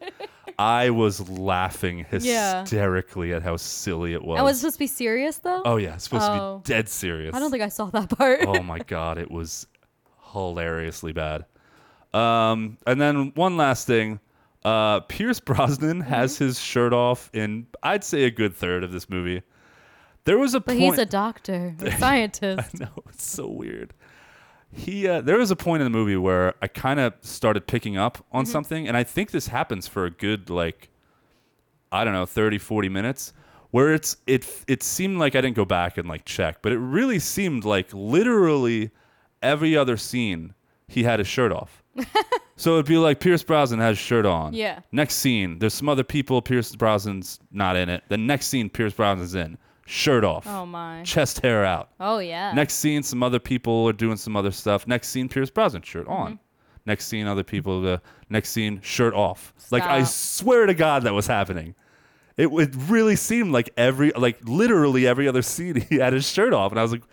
I was laughing Yeah. hysterically at how silly it was. and was it supposed to be serious though? oh yeah, it's supposed Oh. to be dead serious. I don't think I saw that part. oh my god, it was hilariously bad. Um, and then one last thing. Uh, Pierce Brosnan has Mm-hmm. his shirt off in I'd say a good third of this movie. There was a but point he's a doctor, a scientist. no, it's so weird. He uh, there was a point in the movie where I kind of started picking up on Mm-hmm. something and I think this happens for a good like I don't know 30 40 minutes where it's it it seemed like I didn't go back and like check, but it really seemed like literally every other scene he had his shirt off. so it'd be like Pierce Brosnan has his shirt on. Yeah. Next scene, there's some other people Pierce Brosnan's not in it. The next scene Pierce Brosnan's in, shirt off. Oh my. Chest hair out. Oh yeah. Mm-hmm. Next scene, some other people are doing some other stuff. Next scene, Pierce Brosnan shirt on. Next scene, other people. The next scene, shirt off. Like I Stop. swear to God, that was happening. It would really seemed like every, like literally every other scene, he had his shirt off, and I was like,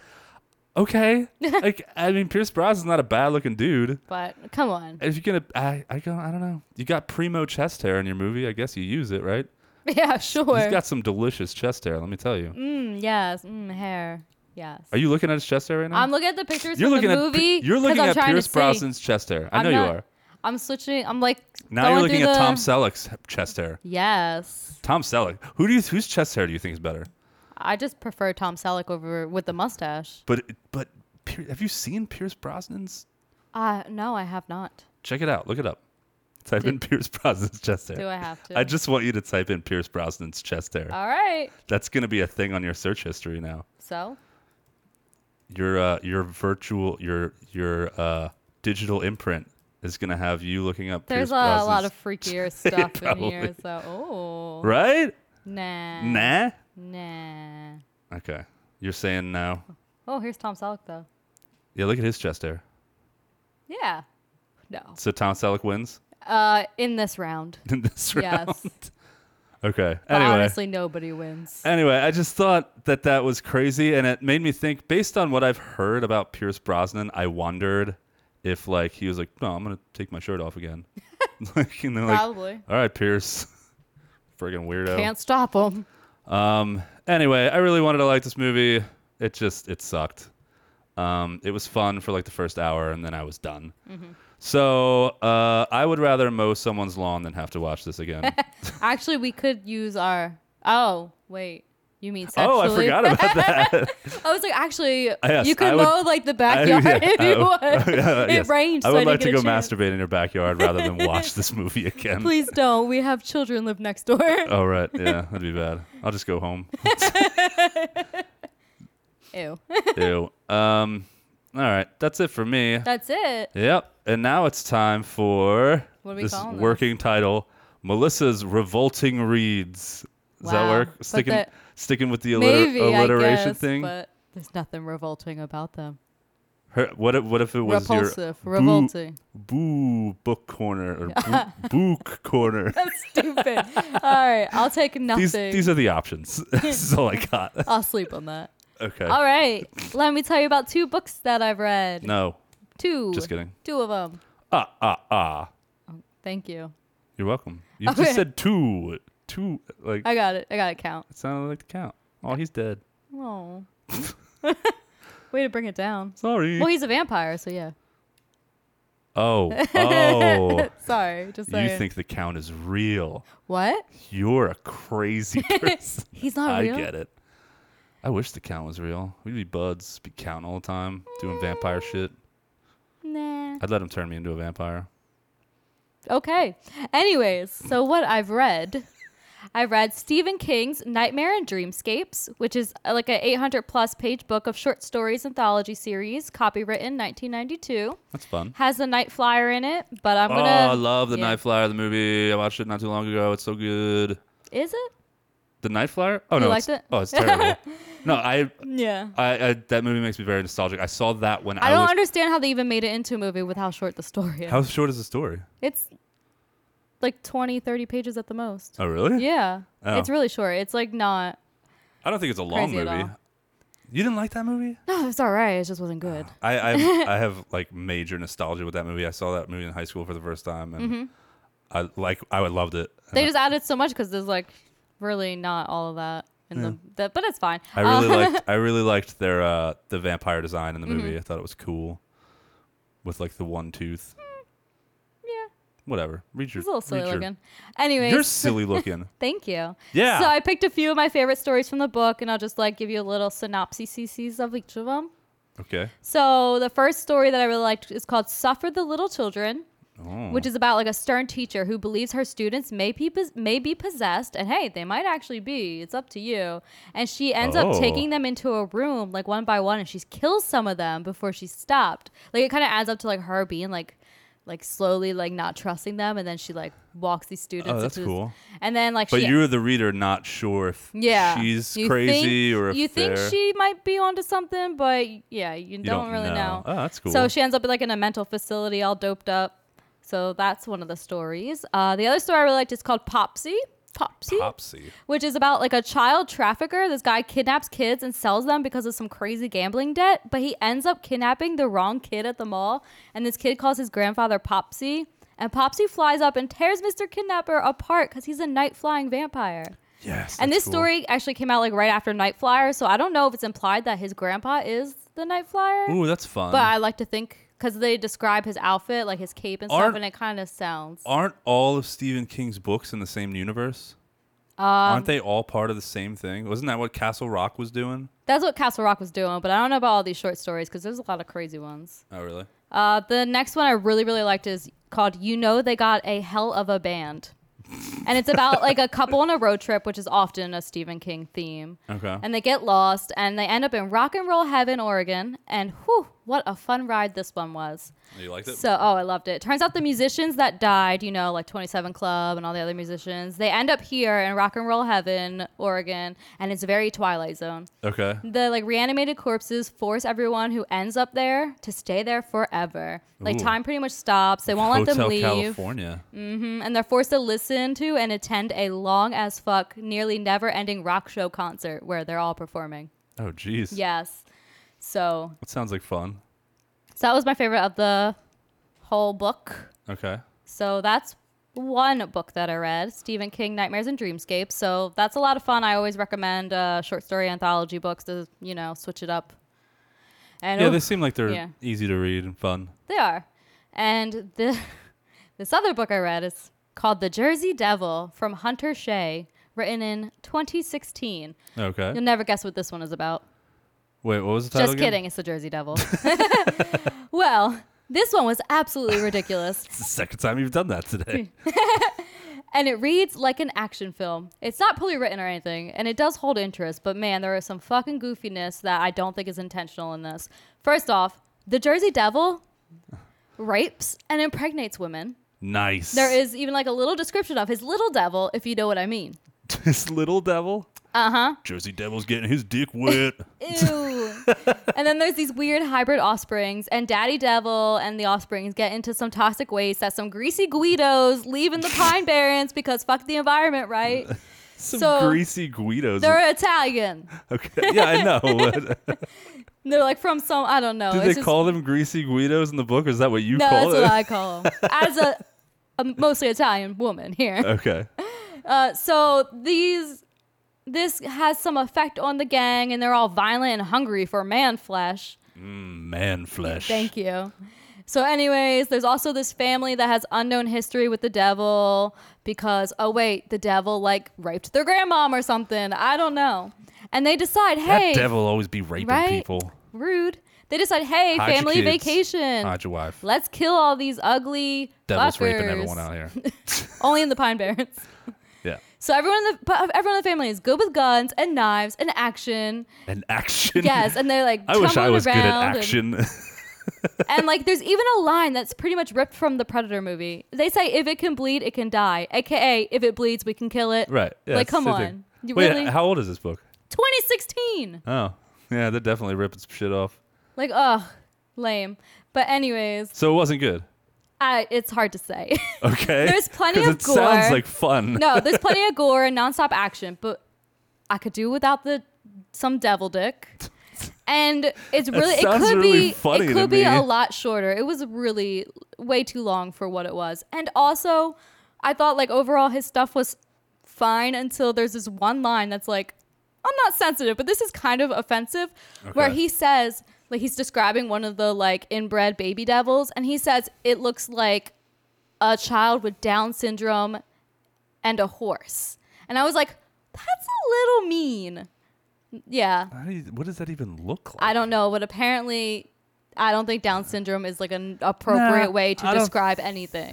okay. like I mean, Pierce Brosnan's not a bad looking dude. But come on. If you're gonna, I, I go, I don't know. You got primo chest hair in your movie. I guess you use it, right? Yeah, sure. He's got some delicious chest hair. Let me tell you. mm, yes. Mm, hair. Yes. Are you looking at his chest hair right now? I'm looking at the pictures You're from looking the at movie. Pi- you're 'cause looking I'm at trying to Pierce see. Brosnan's chest hair. I I'm know not- you are. I'm switching. I'm like Now going you're looking through at the... Tom Selleck's chest hair. Yes, Tom Selleck. Who do you whose chest hair do you think is better? I just prefer Tom Selleck over with the mustache. But but Pier- have you seen Pierce Brosnan's? Uh no, I have not. Check it out. Look it up. Type in Pierce Brosnan's chest hair. Do I Uh. have to? I just want you to type in Pierce Brosnan's chest hair. All right. That's gonna be a thing on your search history now. So Your uh, your virtual your your uh, digital imprint is gonna have you looking up. there's Pierce a, a lot Brosnan's- of freakier stuff in here. Probably. So oh right. nah Nah. nah. Okay. You're saying no. Oh, here's Tom Selleck though. Yeah, look at his chest hair. Yeah. No. So Tom Selleck wins Uh, in this round. in this Yes. round. Okay. But Anyway. honestly, nobody wins. Anyway, I just thought that that was crazy, and it made me think. Based on what I've heard about Pierce Brosnan, I wondered if like he was like, "No, I'm gonna take my shirt off again." like, and they're like, "All Probably right, Pierce, friggin' weirdo." can't stop him. Um. Anyway, I really wanted to like this movie. It just it sucked. Um. It was fun for like the first hour, and then I was done. Mm-hmm. So uh, I would rather mow someone's lawn than have to watch this again. Actually, we could use our. Oh wait, you mean sexually? oh, I forgot about that. I was like, actually, Yes, you could I would- mow like the backyard yeah, if I you would- want. it Yes. rained. I so would didn't like to get go a chance. masturbate in your backyard rather than watch this movie again. Please don't. We have children live next door. Oh right, yeah, that'd be bad. I'll just go home. Ew. Ew. Um. All right, that's it for me. That's it. Yep. And now it's time for What are we this calling this? working title, Melissa's revolting reads. Does that Wow. work? But Sticking that- sticking with the alliter- Maybe I alliteration guess, thing. but there's nothing revolting about them. Her, what if what if it was Repulsive, your revolting. Boo, boo book corner or boo, book corner? That's stupid. All right, I'll take nothing. These these are the options. this is all I got. I'll sleep on that. Okay. All right, let me tell you about two books that I've read. No. two. just kidding. Two of them. Ah ah ah. Thank you. You're welcome. You Okay. just said two, two. Like I got it. I got it. Count. it sounded like the count. Oh, he's dead. Oh. Way to bring it down. Sorry. Well, he's a vampire, so yeah. oh oh. Sorry, just You saying. think the count is real. what? You're a crazy person. He's not I Oh, real. get it. I wish the count was real. We'd be buds, be counting all the time, doing vampire shit. Nah. I'd let him turn me into a vampire. Okay. Anyways, so what I've read, I read Stephen King's Nightmare and Dreamscapes, which is uh, like a 800 plus page book of short stories anthology series, copywritten 1992. That's fun. Has the Night Flyer in it, but I'm gonna. oh, I love the yeah. Night Flyer, the movie. I watched it not too long ago. It's so good. Is it? The Night Flyer? Oh no, liked it's, it? oh, it's terrible. no, I, Yeah. I, I, that movie makes me very nostalgic. I saw that when I, I, don't was. understand how they even made it into a movie with how short the story is. How short is the story? It's like 20, 30 pages at the most. Oh really? Yeah. Oh. It's really short. It's like not. I don't think it's a long Crazy at movie. all. You didn't like that movie? No, it's all right. It just wasn't good. I I have, I have like major nostalgia with that movie. I saw that movie in high school for the first time, and Mm-hmm. I like I loved it. And They just added so much because there's like really not all of that in the, the. But it's fine. I Uh, really liked I really liked their uh, the vampire design in the Mm-hmm. movie. I thought it was cool, with like the one tooth. Mm, yeah. Whatever. Read your. It's a little silly read your- looking. Anyways. You're silly looking. Thank you. Yeah. So I picked a few of my favorite stories from the book, and I'll just like give you a little synopsis of each of them. okay. So the first story that I really liked is called "Suffer the Little Children," Oh. which is about like a stern teacher who believes her students may be pos- may be possessed, and hey, they might actually be. It's up to you. And she ends up Oh. taking them into a room like one by one, and she kills some of them before she stopped. Like it kind of adds up to like her being like. Like slowly, like not trusting them, and then she like walks these students. Oh, that's into this- cool. And then like, But she, you're the reader, not sure if yeah, she's You crazy think- or if you think they're- she might be onto something, but yeah, you, don't really know. know. Oh, that's cool. So she ends up like in a mental facility, all doped up, So that's one of the stories. Uh, the other story I really liked is called Popsy. Popsy, Popsy. which is about like a child trafficker. This guy kidnaps kids and sells them because of some crazy gambling debt, but he ends up kidnapping the wrong kid at the mall. And this kid calls his grandfather Popsy. And Popsy flies up and tears Mr. Kidnapper apart because he's a night flying vampire. Yes. And that's this cool. story actually came out like right after Night Flyer, so I don't know if it's implied that his grandpa is the Night Flyer, Ooh, that's fun. but I like to think because they describe his outfit, like his cape and Aren't- stuff, and it kind of sounds. Aren't all of Stephen King's books in the same universe? Um, Aren't they all part of the same thing? Wasn't that what Castle Rock was doing? That's what Castle Rock was doing, but I don't know about all these short stories because there's a lot of crazy ones. Oh, really? Uh, the next one I really really liked is called "You Know They Got a Hell of a Band," and it's about like a couple on a road trip, which is often a Stephen King theme. Okay. and they get lost and they end up in rock and roll heaven oregon and whew what a fun ride this one was you liked it? so oh i loved it turns out the musicians that died you know like 27 club and all the other musicians they end up here in rock and roll heaven oregon and it's very twilight zone okay. the like reanimated corpses force everyone who ends up there to stay there forever like Ooh. time pretty much stops they won't let Hotel them leave Mm. California. and they're forced to listen to and attend a long as fuck nearly never ending rock show concert where they're all performing Oh, jeez. Yes. So, That sounds like fun. so that was my favorite of the whole book. Okay. So that's one book that I read, Stephen King Nightmares and Dreamscapes. So that's a lot of fun. I always recommend uh, short story anthology books to, you know, switch it up. And Yeah, oof, they seem like they're yeah. easy to read and fun. they are. And the this other book I read is called The Jersey Devil from Hunter Shea, written in 2016. Okay. You'll never guess what this one is about. Wait, what was the title? Just again? kidding. It's the Jersey Devil. well, this one was absolutely ridiculous. It's the second time you've done that today. And it reads like an action film. It's not poorly written or anything, and it does hold interest, but man, there is some fucking goofiness that I don't think is intentional in this. First off, the Jersey Devil rapes and impregnates women. nice. There is even like a little description of his little devil, if you know what I mean. this little devil. Uh huh. Jersey Devil's getting his dick wet. Ew. and then there's these weird hybrid offsprings, and Daddy Devil and the offsprings get into some toxic waste that some greasy Guidos leave in the Pine Barrens because fuck the environment, right? Some So- greasy Guidos. They're Italian. okay. Yeah, I know. but- And They're like from some I don't know. Do It's they just- call them greasy Guidos in the book, or is that what you No, that's call what it? I call them. As a, a mostly Italian woman here. okay. Uh, so these this has some effect on the gang, and they're all violent and hungry for man flesh. Man flesh. Thank you. So, anyways, there's also this family that has unknown history with the devil because, oh, wait, the devil like raped their grandmom or something. I don't know. And they decide, hey, always be raping Right? people. rude. They decide, hey, Hide your family kids. vacation. Hide your wife. Let's kill all these ugly Devil's fuckers. raping everyone out here. Only in the Pine Barrens. Yeah. So everyone in the but everyone in the family is good with guns and knives and action. And action. Yes, and they're like I wish I tumbling was good around at and- action. and like there's even a line that's pretty much ripped from the predator movie they say if it can bleed it can die aka if it bleeds we can kill it right. Yeah, Like, it's the come same thing. on. You Wait, really- how old is this book? 2016 Oh, yeah, they're definitely ripping some shit off. like ugh lame but anyways So it wasn't good. I, it's hard to say Okay. There's plenty 'Cause of it sounds gore. like fun. no there's plenty of gore and nonstop action but i could do without the some devil dick and it's really it sounds could really be funny it to could me. be a lot shorter it was really way too long for what it was and also i thought like overall his stuff was fine until there's this one line that's like i'm not sensitive but this is kind of offensive where Okay. he says like he's describing one of the like inbred baby devils and he says it looks like a child with down syndrome and a horse and i was like that's a little mean yeah How do you- what does that even look like? I don't know, but apparently, I don't think Down syndrome is like an appropriate Nah, way to I don't describe anything.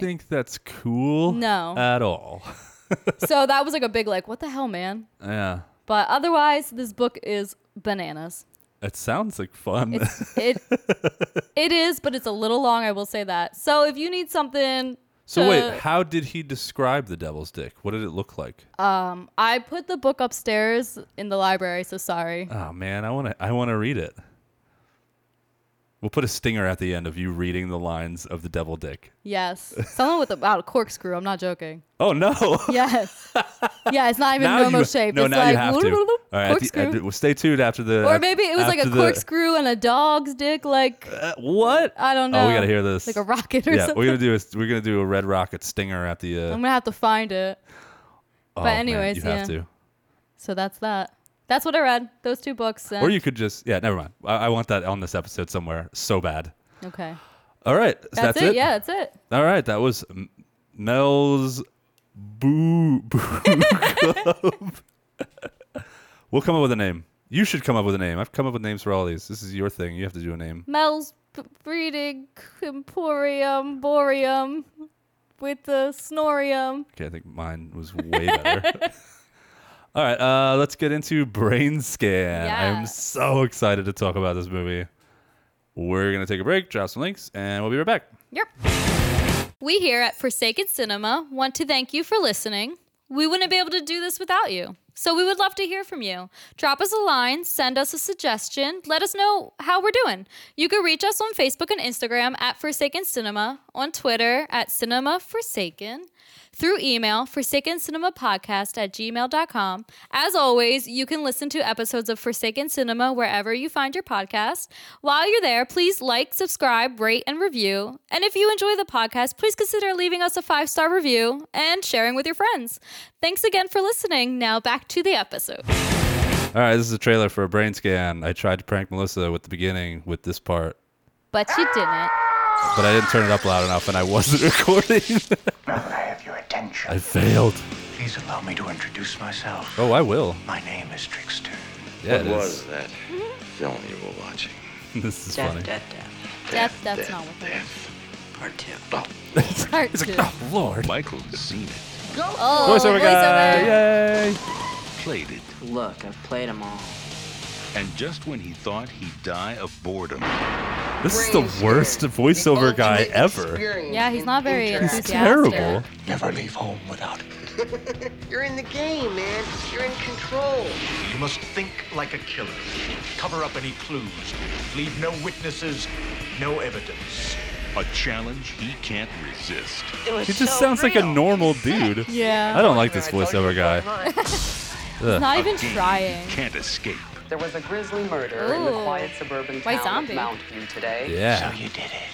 think that's cool. No. At all. so that was like a big like, what the hell, man? Yeah. But otherwise, this book is bananas. It sounds like fun. It it is, but it's a little long. I will say that. So if you need something, so to- wait, how did he describe the devil's dick? What did it look like? um, I put the book upstairs in the library. So sorry. oh man, I want to I want to read it. We'll put a stinger at the end of you reading the lines of the devil dick. Yes. Someone with about a corkscrew. I'm not joking. Oh no! Yes. yeah, it's not even Momo you, shaped. no, it's now like you have to. All right, at the- corkscrew. at the- well, stay tuned after the. or at- maybe it was like a uh, after the- corkscrew and a dog's dick, like Uh, what? I don't know. Oh, we gotta hear this. Like a rocket or yeah, something. we're gonna do a, we're gonna do a red rocket stinger at the. Uh, I'm gonna have to find it. oh, but man, anyways, you have yeah. to. So that's that. That's what I read. Those two books. And Or you could just yeah, never mind. I, I want that on this episode somewhere so bad. okay. All right, so That's, that's, it. Yeah, that's it. All right, that was M- Mel's Boo Boo Club. we'll come up with a name. You should come up with a name. I've come up with names for all these. This is your thing. You have to do a name. Mel's b- breeding emporium boreum with the snorium. Okay, I think mine was way better. all right, uh, let's get into Brain Scan. Yeah. I'm so excited to talk about this movie. We're gonna take a break, drop some links, and we'll be right back. Yep. We here at Forsaken Cinema want to thank you for listening. We wouldn't be able to do this without you. So we would love to hear from you. Drop us a line, send us a suggestion, let us know how we're doing. You can reach us on Facebook and Instagram at Forsaken Cinema, on Twitter at Cinema Forsaken, through email, Forsaken Cinema Podcast at gmail.com. As always, you can listen to episodes of Forsaken Cinema wherever you find your podcast. While you're there, please like, subscribe, rate, and review. And if you enjoy the podcast, please consider leaving us a five star review and sharing with your friends. Thanks again for listening. Now back to the episode. All right, this is a trailer for a brain scan. I tried to prank Melissa with the beginning with this part, But you didn't. but I didn't turn it up loud enough and I wasn't recording. Now that I have your attention, I failed. please allow me to introduce myself. Oh, I will. My name is Trickster. Yeah, it what is. was that film you were watching? This is Death, funny. death, death. That's, that's not what that Death. Part two. Oh, part two. Oh, Lord. Michael's seen it, Oh, Voiceover guy. Yay. voiceover. played it, Look, I've played them all. and just when he thought he'd die of boredom, This is the worst voiceover guy ever. Yeah, he's not very He's enthusiastic. terrible. Never leave home without it. You're in the game, man. You're in control. You must think like a killer. Cover up any clues. Leave no witnesses, no evidence. a challenge he can't resist. He just sounds like a normal dude. I Yeah. don't like this voiceover guy. He's not even A game trying. He can't escape. There was a grisly murder in the Ooh. quiet suburban Why town zombie? of Mountview today. Yeah. You did it.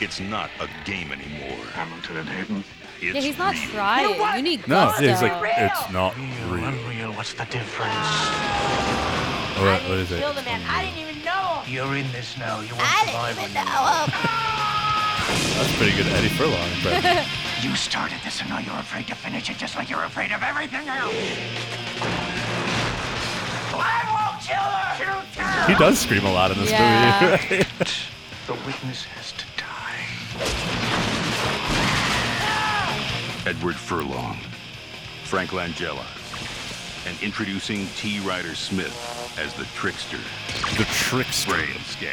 It's not a game anymore. Hamilton and Hayden. It's Yeah, he's not real. trying. You need No, gusto. yeah, he's like, it's not Real, real. unreal, what's the difference? All right, what is it? You're in this now. You won't survive on your own. That's pretty good Eddie Furlong. impression. You started this and now you're afraid to finish it just like you're afraid of everything else. I will kill her! Shoot her! He does scream a lot in this Yeah. movie. right? The witness has to die. Edward Furlong, Frank Langella, and introducing T. Ryder Smith as the trickster. The tricks. Brain scan.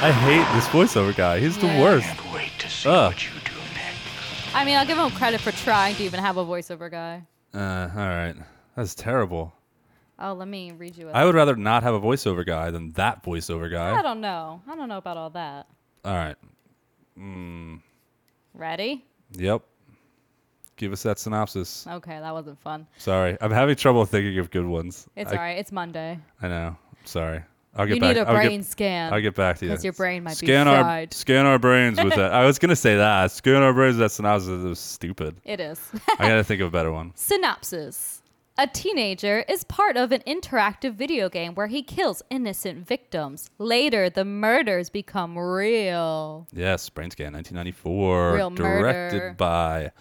I hate this voiceover guy. He's the Yeah. worst. Can't wait to see Ugh. what you do next. I mean, I'll give him credit for trying to even have a voiceover guy. Uh, all right. That's terrible. Oh, let me read you. A I would rather not have a voiceover guy than that voiceover I guy. don't know. I don't know about all that. All right. Ready? Yep. Give us that synopsis. Okay, that wasn't fun. Sorry. I'm having trouble thinking of good ones. It's I, all right. It's Monday. I know. Sorry. I'll get You back need a I'll brain get, scan. I'll get back to you. 'cause your brain might be scan our, fried. Scan our brains with that. I was going to say that. Scan our brains with that synopsis. It was stupid. It is. I got to think of a better one. Synopsis A teenager is part of an interactive video game where he kills innocent victims. Later, the murders become real. Yes, Brain Scan 1994. Real directed murder. by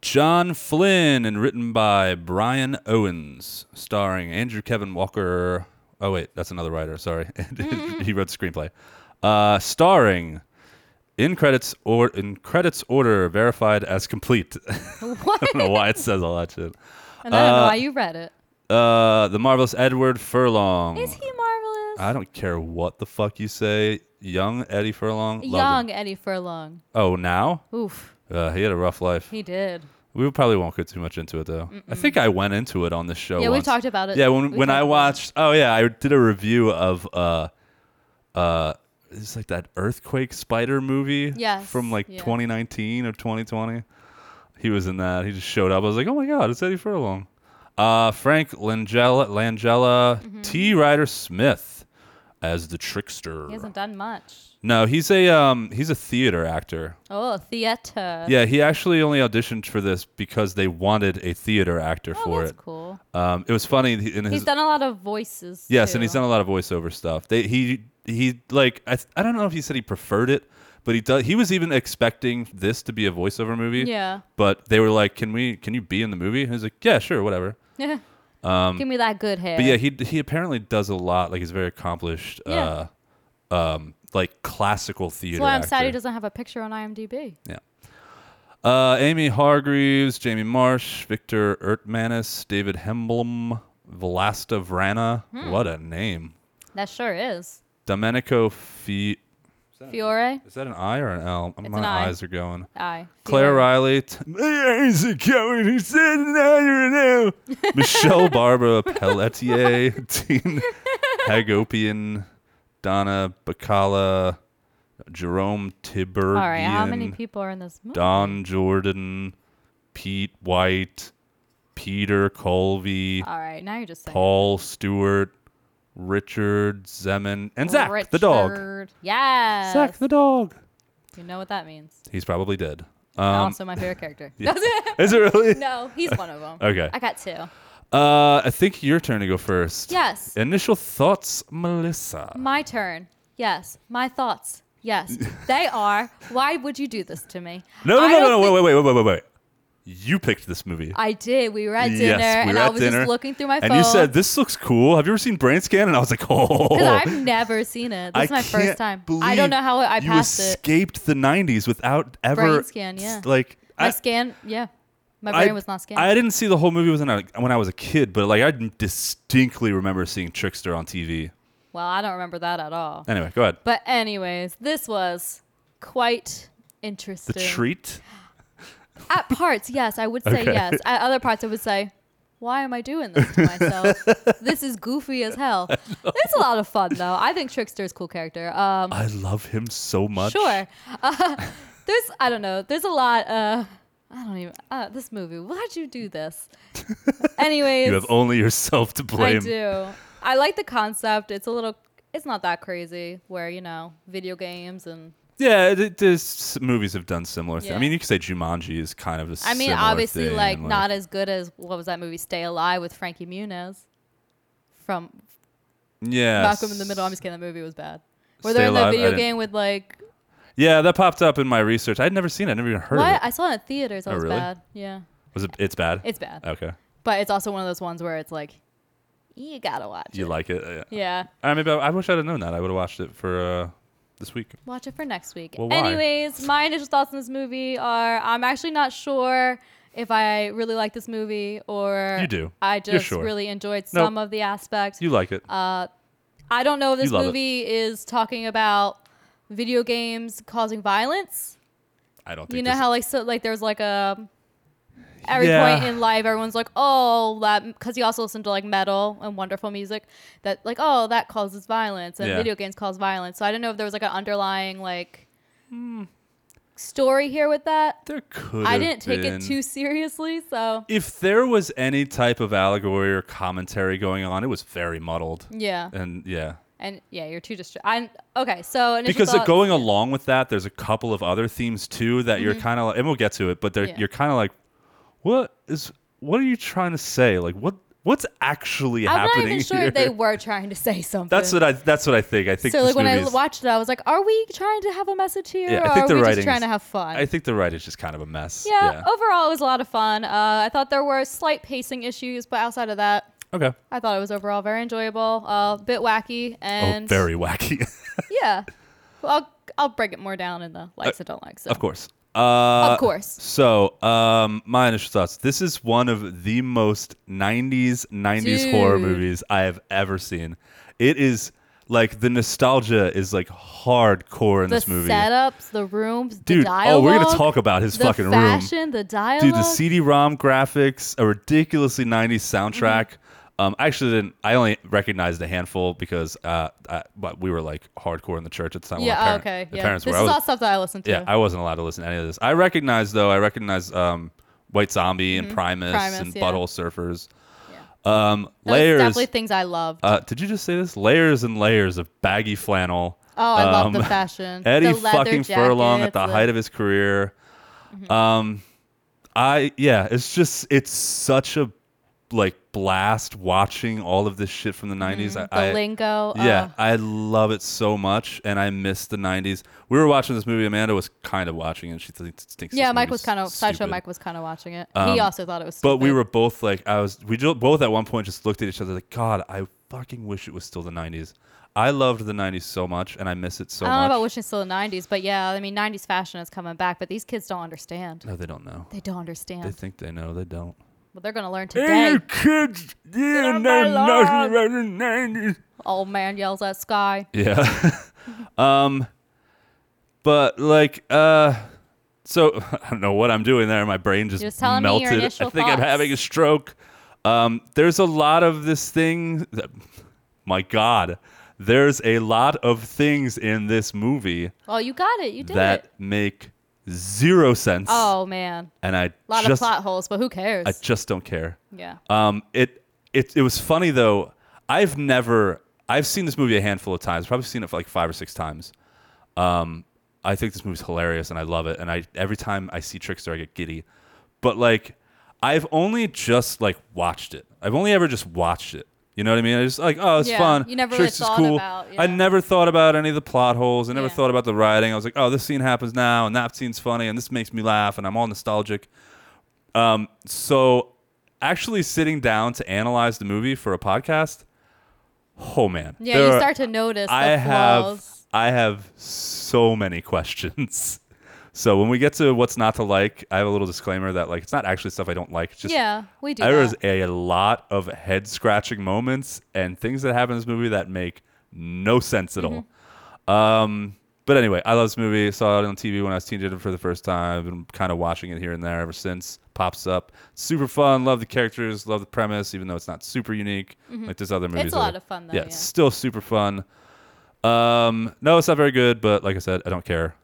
John Flynn and written by Brian Owens, starring Andrew Kevin Walker. Oh, wait, that's another writer. Sorry. he wrote the screenplay. Uh, starring. In credits or in credits order verified as complete. I don't know why it says all that shit. And I don't know why you read it. Uh, the marvelous Edward Furlong. Is he marvelous? I don't care what the fuck you say. Young Eddie Furlong. Love him. Young Eddie Furlong. Oh, now? Oof, Uh, he had a rough life. he did. We probably won't get too much into it though. I think I went into it on this show. Yeah, we once. talked about it. Yeah, when We when talked I about it. watched. Oh yeah, I did a review of uh, uh it's like that earthquake spider movie Yes, from like yeah. 2019 or 2020 he was in that he just showed up i was like oh my god it's eddie furlong uh frank langella langella Mm-hmm. t ryder smith as the trickster He hasn't done much. no he's a um he's a theater actor Oh, theater. yeah he actually only auditioned for this because they wanted a theater actor Oh, for that's it cool. um it was funny th- in his He's done a lot of voices. Yes, and too. he's done a lot of voiceover stuff. They he he like I th- I don't know if he said he preferred it, but he does. He was even expecting this to be a voiceover movie. Yeah. But they were like, "Can we? Can you be in the movie?" And he's like, "Yeah, sure, whatever." Yeah. Give me that good hair. um, But yeah, he he apparently does a lot. Like he's very accomplished. Yeah. Uh, um, like classical theater. that's why I'm sad he actor. doesn't have a picture on IMDb. Uh, Amy Hargreaves, Jamie Marsh, Victor Ertmanis, David Hemblum, Velasta Vrana. Hmm. What a name! That sure is. Domenico Fi. Fiore? Is that an I or an L? My an I. eyes are going. Aye. Claire Fiore. Riley. T- He's a coward who said an I or an L. Michelle Barbara Pelletier. Dean Hagopian. Donna Bacala. Jerome Tiburdian. All right, how many people are in this movie? Don Jordan. Pete White. Peter Colvey. All right, now you're just saying. Paul Stewart. Richard Zeman. And Zach, the dog. Richard. Yes. Zach, the dog. You know what that means. He's probably dead. Um, also, my favorite character. Is it really? no, he's one of them. Okay. I got two. Uh, I think your turn to go first. Yes. Initial thoughts, Melissa. My turn. Yes. My thoughts. Yes. they are. Why would you do this to me? No, no, I no, no, don't no. think- Wait, wait, wait, wait, wait, wait. You picked this movie. I did. We were at dinner, Yes, we and were I at was dinner, just looking through my phone. and you said, "This looks cool." Have you ever seen Brain Scan? And I was like, "Oh, Because I've never seen it. This I is my can't first time. I believe don't know how I you passed it. escaped the '90s without ever Brain scan, yeah. Like My I- scan, yeah. My I- brain was not scanned. I didn't see the whole movie when I when I was a kid, but like I distinctly remember seeing Trickster on TV. well, I don't remember that at all. Anyway, go ahead. But anyways, this was quite The interesting. treat. At parts, yes, I would say Okay. yes. At other parts, I would say, why am I doing this to myself? this is goofy as hell. It's a lot of fun though. I think Trickster is a cool character. Um, I love him so much. Sure. Uh, there's, I don't know. There's a lot. Uh, I don't even. Uh, this movie. Why'd you do this? Anyways, You have only yourself to blame. I do. I like the concept. It's a little. It's not that crazy. Where you know, video games and. Yeah, it- it- this movies have done similar things. I Yeah. mean, you could say Jumanji is kind of a I mean, similar obviously, thing, like, not as good as what was that movie, Stay Alive with Frankie Muniz, from yeah, Malcolm in the Middle. I'm just kidding. That movie was bad. Where Stay they're in Alive, I that video didn't- game with like Yeah, that popped up in my research. I'd never seen it. I'd never even heard what? of it. I saw it in theaters. That Oh, was really? bad. Yeah, Was it? It's bad. it's bad. okay. But it's also one of those ones where it's like, you gotta watch You it. like it? Yeah. yeah. All right, maybe I, I wish I'd have known that. I would have watched it for uh, this week. Watch it for next week. Well, why? Anyways, my initial thoughts on this movie are I'm actually not sure if I really like this movie or You do. I You're just sure. really enjoyed No. some of the aspects. You like it? Uh, I don't know if this love it. movie is talking about video games causing violence. I don't think You know this- how like so like there's like a every Yeah. point in life everyone's like oh that because he also listened to like metal and wonderful music that like oh that causes violence and Yeah. video games cause violence. So I don't know if there was like an underlying like story here with that. there Hmm. could. I have didn't take been. it too seriously, so If there was any type of allegory or commentary going on, it was very muddled. yeah. And yeah. And yeah, you're too distracted. I'm okay. So initial because thoughts- going along with that, there's a couple of other themes too that you're kind of, like, and we'll get to it, but they're, Mm-hmm. Yeah. you're kind of like, what is, what are you trying to say? Like, what, what's actually I'm not happening even sure here? if they were trying to say something. that's what I, that's what I think. I think so this like when I movie is- watched it, I was like, "Are we trying to have a message here, yeah, or I think the are we writing just trying is- to have fun?" I think the writing's just kind of a mess. yeah, Overall, it was a lot of fun. Uh, I thought there were slight pacing issues, but outside of that, okay. I thought it was overall very enjoyable. Uh, a bit wacky and oh, very wacky. yeah. Well, I'll I'll break it more down in the likes and don't likes. So. of course. Uh, Of course. So, um, my initial thoughts. This is one of the most 90s, 90s horror Dude. movies I have ever seen. It is like the nostalgia is like hardcore in The this movie. setups, the rooms, the Dude, dialogue. oh, we're going to talk about his the fucking room. fashion, the dialogue. Mm-hmm. Dude, the CD ROM graphics, a ridiculously 90s soundtrack. Um, I actually didn't. I only recognized a handful because uh, I, but we were like hardcore in the church at the time. when my yeah. oh, parent- okay. the Yeah. parents this were. I is was- all stuff that I listen to. yeah, uh, I wasn't allowed to listen to any of this. I recognize though. I recognize um, White Zombie and Primus, Mm-hmm. Primus, and yeah. Butthole Surfers. Um, That was layers. Definitely things I Oh, loved. Uh, did you just say this? Layers and layers of baggy flannel. oh, I love the um, fashion. Eddie the leather fucking Furlong at the jackets, Mm-hmm. height of his career. Um, I yeah, it's just it's such a like blast watching all of this shit from the '90s. Mm-hmm. the I, I- lingo. yeah, uh, I love it so much, and I miss the '90s. We were watching this movie. Amanda was kind of watching, it. she thinks. thinks yeah. this Mike movie's was kind of sideshow. stupid. Mike was kind of watching it. Um, he also thought it was. But we stupid. were both like, I was, we ju- both at one point just looked at each other like, God, I fucking wish it was still the '90s. I loved the '90s so much, and I miss it so I don't know much. about wishing it's still the '90s, but yeah, I mean '90s fashion is coming back, but these kids don't understand. no, they don't know. They don't understand. They think they know. They don't. but they're gonna learn today. kids, yeah, know nothing about the nineties. Old man yells at sky. Yeah. um, but like, uh, so I don't know what I'm doing there. My brain just, You're just telling me your melted. initial I think I'm thoughts. having a stroke. Um, there's a lot of this thing. That, my God, there's a lot of things in this movie Oh, you got it. You did that it. make zero sense. Oh man, and I a lot just, of plot holes, but who cares? I just don't care. yeah. Um, it it it was funny though. I've never I've seen this movie a handful of times. Probably seen it like five or six times. Um, I think this movie's hilarious and I love it. And I every time I see Trickster, I get giddy. But like, I've only just like watched it. I've only ever just watched it. You know what I mean? I just like, oh, it's Yeah, fun. you never really Trickster's thought cool. about- I yeah. never thought about any of the plot holes. I never Yeah. thought about the writing. I was like, oh, this scene happens now, and that scene's funny, and this makes me laugh, and I'm all nostalgic. Um, so actually sitting down to analyze the movie for a podcast, oh man. Yeah, there you are- start to notice the I have flaws. I have so many questions. So when we get to what's not to like, I have a little disclaimer that like it's not actually stuff I don't like. It's just yeah, we do. there is that. a lot of head scratching moments and things that happen in this movie that make no sense Mm-hmm. at all. Um, but anyway, I love this movie. Saw it on TV when I was a teenager for the first time. Been kind of watching it here and there ever since. Pops up, super fun. Love the characters. Love the premise, even though it's not super unique like this other movies. Mm-hmm. a that lot are- of fun, though, Yeah, yeah. it's still super fun. Um, no, it's not very good, but like I said, I don't care.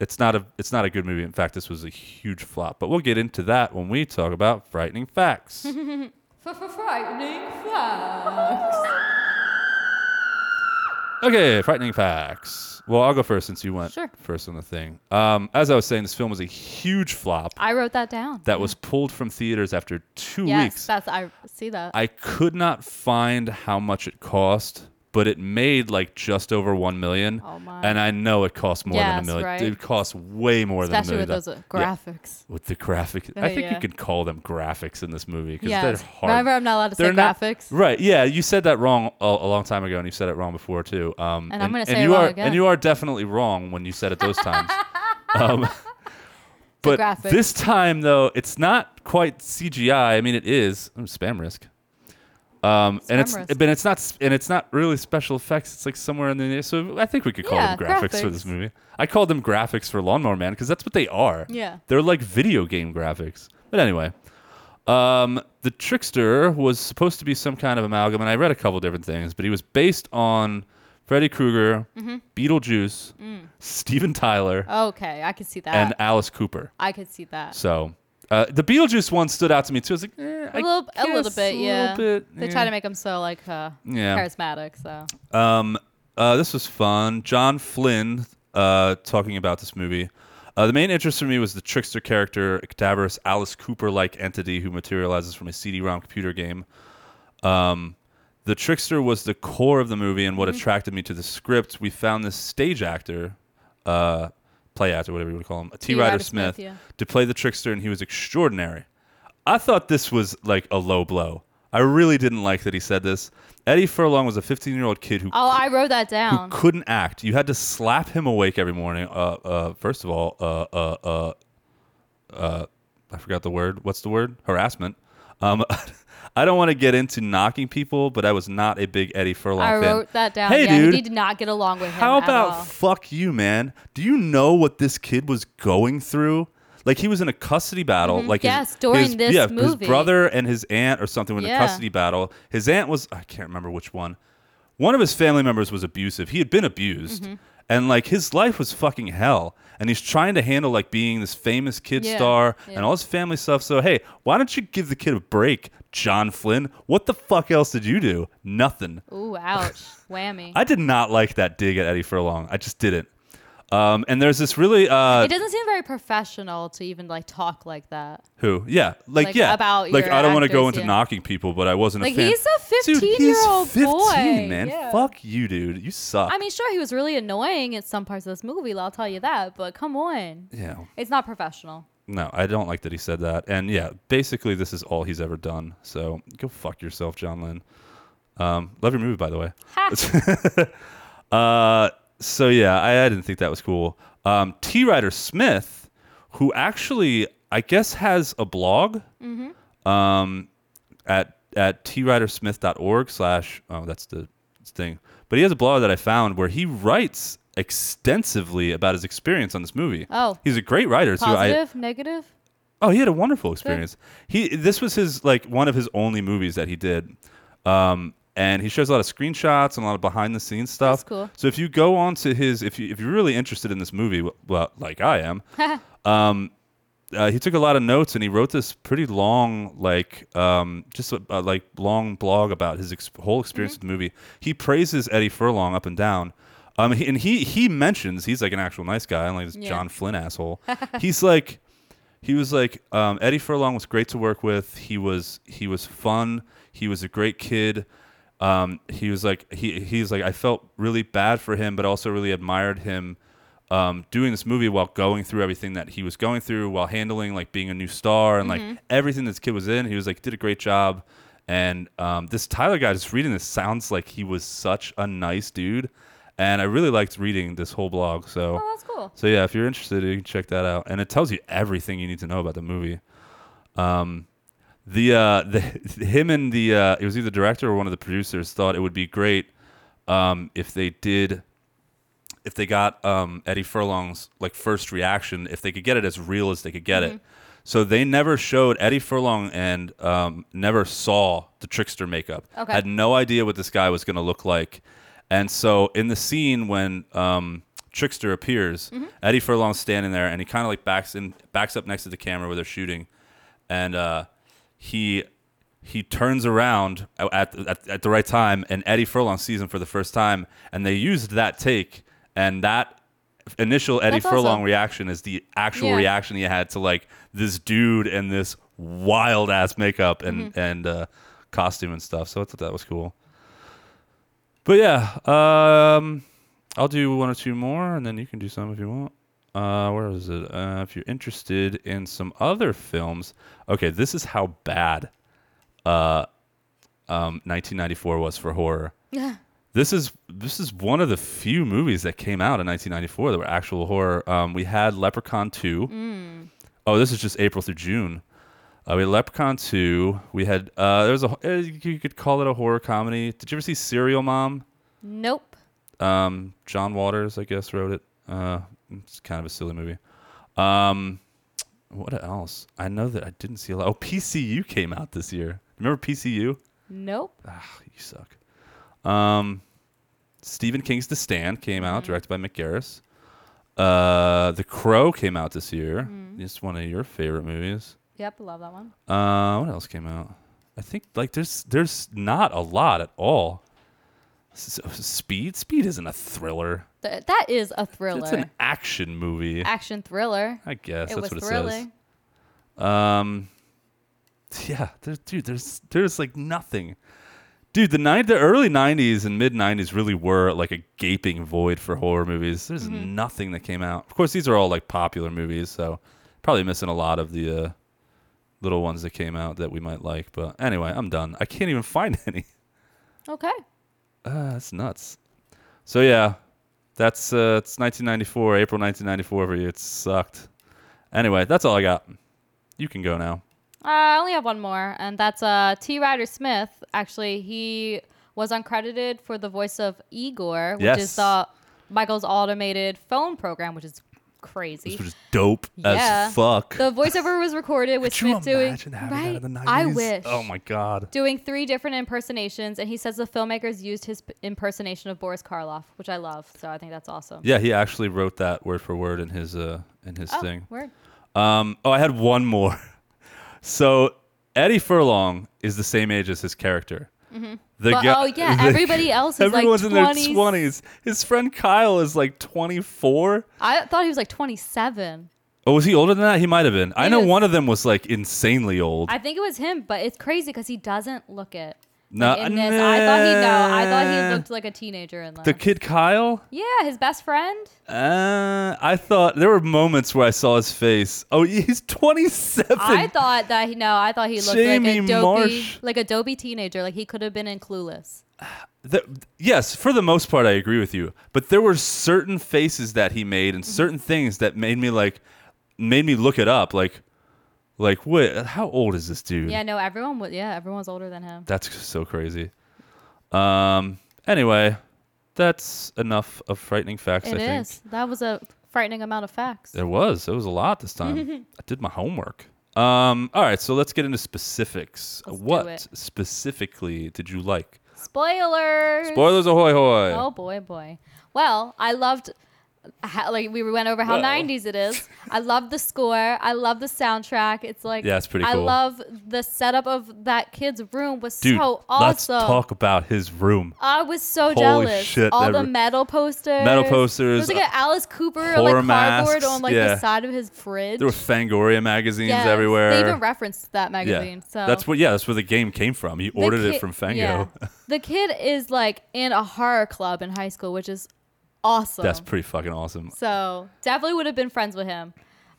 It's not a it's not a good movie. In fact, this was a huge flop. But we'll get into that when we talk about frightening facts. Frightening facts. Okay, frightening facts. Well, I'll go first since you went Sure. first on the thing. Um, as I was saying, this film was a huge flop I wrote that down. that was pulled from theaters after two Mm. yes, weeks. that's I see that. I could not find how much it cost, but it made like just over one million. Oh, my. And I know it cost more than a Yes, million. right? It cost way more Especially than a million. with those uh, dollars. Yeah, graphics. with the graphic, I think yeah. you could call them graphics in this movie because Yeah. they're hard. Remember, I'm not allowed to say They're not- graphics. Right. Yeah, you said that wrong a, a long time ago, and you've said it wrong before too. Um, And I'm gonna say and it you wrong are, again. And you are definitely wrong when you said it those times. um, but graphics. this time though, it's not quite CGI. I mean, it is um, spam risk. Um, and it's Spam risk. but it's not s- and it's not really special effects. It's like somewhere in the so I think we could call Yeah, them graphics, for this graphics. movie. I called them graphics for Lawnmower Man because that's what they are. Yeah. they're like video game graphics. But anyway, um, the trickster was supposed to be some kind of amalgam, and I read a couple different things, but he was based on Freddy Krueger, Mm-hmm. Beetlejuice, Mm. Steven Tyler, Uh, Okay, I could see that. and Alice Cooper. I could see that. So uh, the Beetlejuice one stood out to me too. I was like, eh, a little, a little bit, yeah. They try yeah. to make him so like uh, Yeah. charismatic. So Um, uh, this was fun. John Flynn uh, talking about this movie. Uh, the main interest for me was the trickster character, a cadaverous Alice Cooper like entity who materializes from a CD ROM computer game. Um, the trickster was the core of the movie and what attracted me to the script. We found this stage actor, uh, play actor, whatever you would call him, T. Ryder Smith, yeah. to play the trickster, and he was extraordinary. I thought this was like a low blow. I really didn't like that he said this. Eddie Furlong was a 15 year old kid who Oh, I wrote that who down. couldn't act. You had to slap him awake every morning. Uh, uh, first of all, uh, uh, uh, uh, I forgot the word. What's the word? Harassment. Um, I don't want to get into knocking people, but I was not a big Eddie Furlong I fan. wrote that down. Hey, yeah, dude. he did not get along with him. How at about all. fuck you, man? Do you know what this kid was going through? Like he was in a custody battle. Like Mm-hmm. Yes, his, during his- this yeah, his movie. brother and his aunt or something were in Yeah. a custody battle. His aunt was I can't remember which one. One of his family members was abusive. He had been abused, Mm-hmm. and like his life was fucking hell. And he's trying to handle like being this famous kid Yeah, star yeah. and all his family stuff. So hey, why don't you give the kid a break, John Flynn? What the fuck else did you do? Nothing. Ooh, ouch. Whammy. I did not like that dig at Eddie Furlong. I just didn't. Um, and there's this really uh, it doesn't seem very professional to even like talk like that. who yeah like, Like, yeah about like your I don't want to go into actors, yeah. knocking people, but I wasn't Like, a fan. he's a Dude, he's 15-year-old 15, boy. man. Yeah. Fuck you, dude. You suck. I mean, sure, he was really annoying at some parts of this movie. I'll tell you that. But come on, yeah. it's not professional. No, I don't like that he said that. And yeah, basically this is all he's ever done. So go fuck yourself, John Lynn. Um, love your movie, by the way. Uh, so yeah, I, I didn't think that was cool. Um, T. Ryder Smith, who actually I guess has a blog Mm-hmm. um, at at tridersmith.org slash oh that's the thing, but he has a blog that I found where he writes extensively about his experience on this movie. Oh. he's a great writer too. I, Positive, negative. Oh, he had a wonderful experience. He this was his like one of his only movies that he did. Um, and he shows a lot of screenshots and a lot of behind the scenes stuff. That's cool. So if you go on to his if you if you're really interested in this movie, wh- well, like I am, um, uh, he took a lot of notes and he wrote this pretty long, like um, just a, a, like long blog about his ex- whole Mm-hmm. experience with the movie. He praises Eddie Furlong up and down, um, he, and he he mentions he's like an actual nice guy, unlike this Yeah. John Flynn asshole. he's like, he was like um, Eddie Furlong was great to work with. He was he was fun. He was a great kid. Um, he was like he he's like I felt really bad for him, but also really admired him um, doing this movie while going through everything that he was going through, while handling like being a new star and like everything this kid was in. He was like did a great job. And um, this Tyler guy, just reading this, sounds like he was such a nice dude. And I really liked reading this whole blog. So Oh, that's cool. so yeah, if you're interested, you can check that out, and it tells you everything you need to know about the movie. Um, the uh, the him and the uh, it was either the director or one of the producers thought it would be great um, if they did if they got um, Eddie Furlong's like first reaction, if they could get it as real as they could get it. So they never showed Eddie Furlong and um, never saw the trickster makeup. Okay. Had no idea what this guy was going to look like. And so in the scene when um, trickster appears, Eddie Furlong's standing there and he kind of like backs in, backs up next to the camera where they're shooting, and uh, he he turns around at, at, at the right time and Eddie Furlong sees him for the first time and they used that take and that initial Eddie That's Furlong awesome. reaction is the actual Yeah. reaction he had to like this dude and this wild ass makeup and and uh, costume and stuff so I thought that was cool but yeah um I'll do one or two more and then you can do some if you want uh, where is it? Uh, if you're interested in some other films, okay, this is how bad uh, um, 1994 was for horror. Yeah. This is this is one of the few movies that came out in 1994 that were actual horror. Um, we had Leprechaun 2. Oh, this is just April through June. Uh, we had Leprechaun 2. We had uh, there was a eh, you could call it a horror comedy. Did you ever see Serial Mom? Nope. Um, John Waters, I guess, wrote it. Uh, it's kind of a silly movie. Um, what else? I know that I didn't see a lot. Oh, PCU came out this year. Remember PCU? Nope. Ah, you suck. Um, Stephen King's The Stand came Mm-hmm. out, directed by Mick Garris. Uh, the Crow came out this year. Mm. It's one of your favorite movies. Yep. Love that one. Uh, what else came out? I think like there's there's not a lot at all. S- s- Speed, Speed isn't a thriller. Th- that is a thriller. It's an action movie. Action thriller. I guess it that's what was it thrilling. says. Um, yeah, there, dude, there's there's like nothing. Dude, the nine, the early '90s and mid '90s really were like a gaping void for horror movies. There's nothing that came out. Of course, these are all like popular movies, so probably missing a lot of the uh, little ones that came out that we might like. But anyway, I'm done. I can't even find any. Okay. Uh, that's nuts. So yeah, that's uh, it's 1994, April 1994 for you. It sucked. Anyway, that's all I got. You can go now. Uh, I only have one more, and that's uh, T. Ryder Smith. Actually, he was uncredited for the voice of Igor, which Yes. is the Michael's automated phone program, which is crazy. This was dope Yeah. as fuck. The voiceover was recorded with Could you Smith doing imagine having that in right. the 90s? I wish. Oh my god. Doing three different impersonations, and he says the filmmakers used his p- impersonation of Boris Karloff, which I love. So I think that's awesome. Yeah, he actually wrote that word for word in his uh in his Oh, thing. word. Um, oh, I had one more. So Eddie Furlong is the same age as his character. The But- guy- oh, yeah, everybody else is, like, everyone's in their 20s. twenties. His friend Kyle is like twenty four. I thought he was like 27. Oh, was he older than that? He might have been. I He know is. one of them was like insanely old. I think it was him, but it's crazy because he doesn't look it. No, Like, in this, I thought he no, I thought nah. he looked like a teenager in that. the kid Kyle. yeah, his best friend. Uh, I thought there were moments where I saw his face. Oh, he's twenty seven. I thought that he no, I thought he looked like a Jamie dopey, Marsh. like a dopey teenager. Like he could have been in Clueless. the, yes, for the most part, I agree with you. But there were certain faces that he made Mm-hmm. and certain things that made me like, made me look it up. Like, like what? How old is this dude? Yeah, no, everyone was. Yeah, everyone's older than him. That's so crazy. Um. Anyway, that's enough of frightening facts. It I is. think That was a frightening amount of facts. there was. It was a lot this time. I did my homework. Um. All right. So let's get into specifics. Let's do what it. specifically did you like? Spoilers. Spoilers ahoy hoy! Oh boy, boy. Well, I loved. How, like we went over how Well. 90s it is. I love the score. I love the soundtrack. It's like Yeah, it's pretty I cool. love the setup of that kid's room was Dude, so let's awesome. talk about his room. I was so Holy jealous. shit, All that the re- metal posters. Metal posters, uh, There was like an Alice Cooper horror like cardboard masks, on like yeah. the side of his fridge. There were Fangoria magazines Yes, everywhere. They even referenced yeah, that magazine. So that's what. Yeah, that's where the game came from. He the ordered ki- it from Fango. yeah. the kid is like in a horror club in high school, which is awesome. that's pretty fucking awesome. So definitely would have been friends with him.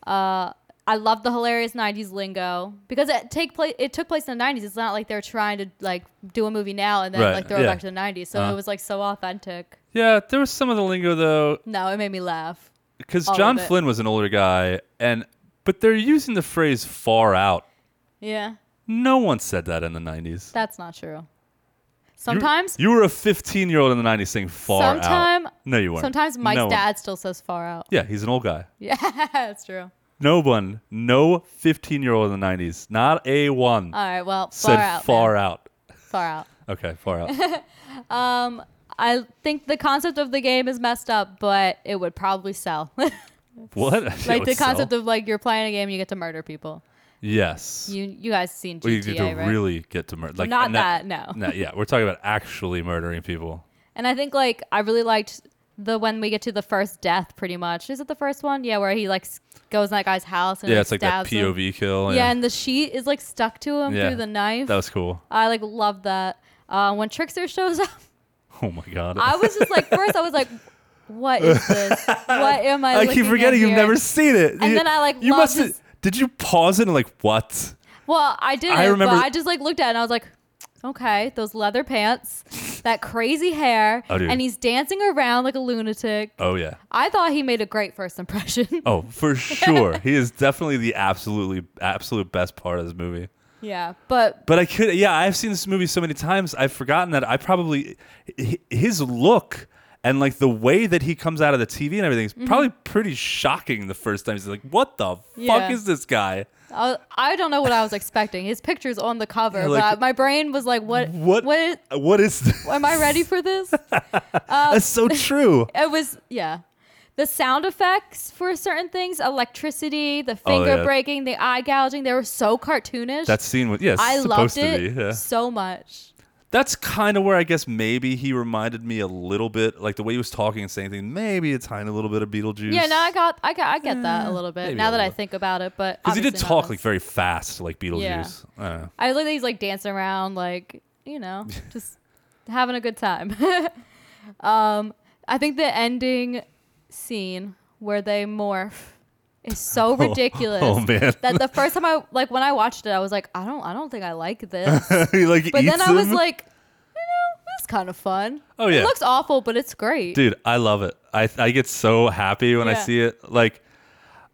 Uh, I love the hilarious '90s lingo because it take place. It took place in the '90s. It's not like they're trying to like do a movie now and then Right, like throw it yeah. back to the '90s. So Uh-huh. it was like so authentic. Yeah, there was some of the lingo though, No, it made me laugh. because All John of it. Flynn was an older guy, and but they're using the phrase "far out." Yeah, No one said that in the '90s. that's not true. You- Sometimes, you, were a 15 year old in the '90s saying "far Sometime- out." No, you weren't. sometimes Mike's No one. dad still says "far out." Yeah, he's an old guy. Yeah, that's true. No one, no 15 year old in the '90s, not a one, All right, well, said Uh, "far far out, man. out." far out. Okay, far out. I think the concept of the game is messed up, but it would probably sell. What? like the concept of like you're playing a game, you get to murder people. yes. You you guys seen GTA, we get to right? really get to murder. Like Not and that, no. no, yeah, we're talking about actually murdering people. And I think like I really liked the when we get to the first death, pretty much. Is it the first one? Yeah, where he like s- goes in that guy's house and yeah, like, it's like that stabs him. POV kill. Yeah. and the sheet is like stuck to him Yeah. through the knife. that was cool. I like love that. Uh, when Trickster shows up, Oh my god. I was just like, first I was like, "What is this? What am I?" I keep looking at forgetting you've here? never seen it. And then I, like, you love must. this- Did you pause it and like what? Well, I didn't. I remember- But I just like looked at it and I was like, okay, those leather pants, that crazy hair, Oh, dude. and he's dancing around like a lunatic. Oh yeah. I thought he made a great first impression. Oh, for sure. he is definitely the absolutely absolute best part of this movie. yeah, but But I could, yeah, I've seen this movie so many times. I've forgotten that I probably hi- his look and like the way that he comes out of the TV and everything is Mm-hmm. probably pretty shocking the first time. He's like, "What the Yeah. fuck is this guy? I, I don't know what I was expecting. His picture's on the cover, Yeah, like- but I- my brain was like, what? What? What? Is, what is this?" am I ready for this? That's so true. It was yeah. The sound effects for certain things, electricity, the Oh, yeah. finger breaking, the eye gouging, they were so cartoonish. that scene was yes, I supposed loved to it be. yeah. so much. That's kind of where I guess maybe he reminded me a little bit, like the way he was talking and saying things. Maybe a tiny little bit of Beetlejuice. Yeah, no, I got, I got, I get that a little bit maybe now a that I little. think about it. But because he did obviously not talk as- like very fast, like Beetlejuice. I don't know. I like that he's like dancing around, like you know, just having a good time. um, I think the ending scene where they morph is so ridiculous. oh, man. That the first time I like when I watched it, I was like, I don't, I don't think I like this. he like But then eats I was him. like, you know, it's kind of fun. Oh, it yeah. looks awful, but it's great. dude i love it i i get so happy when i Yeah. see it like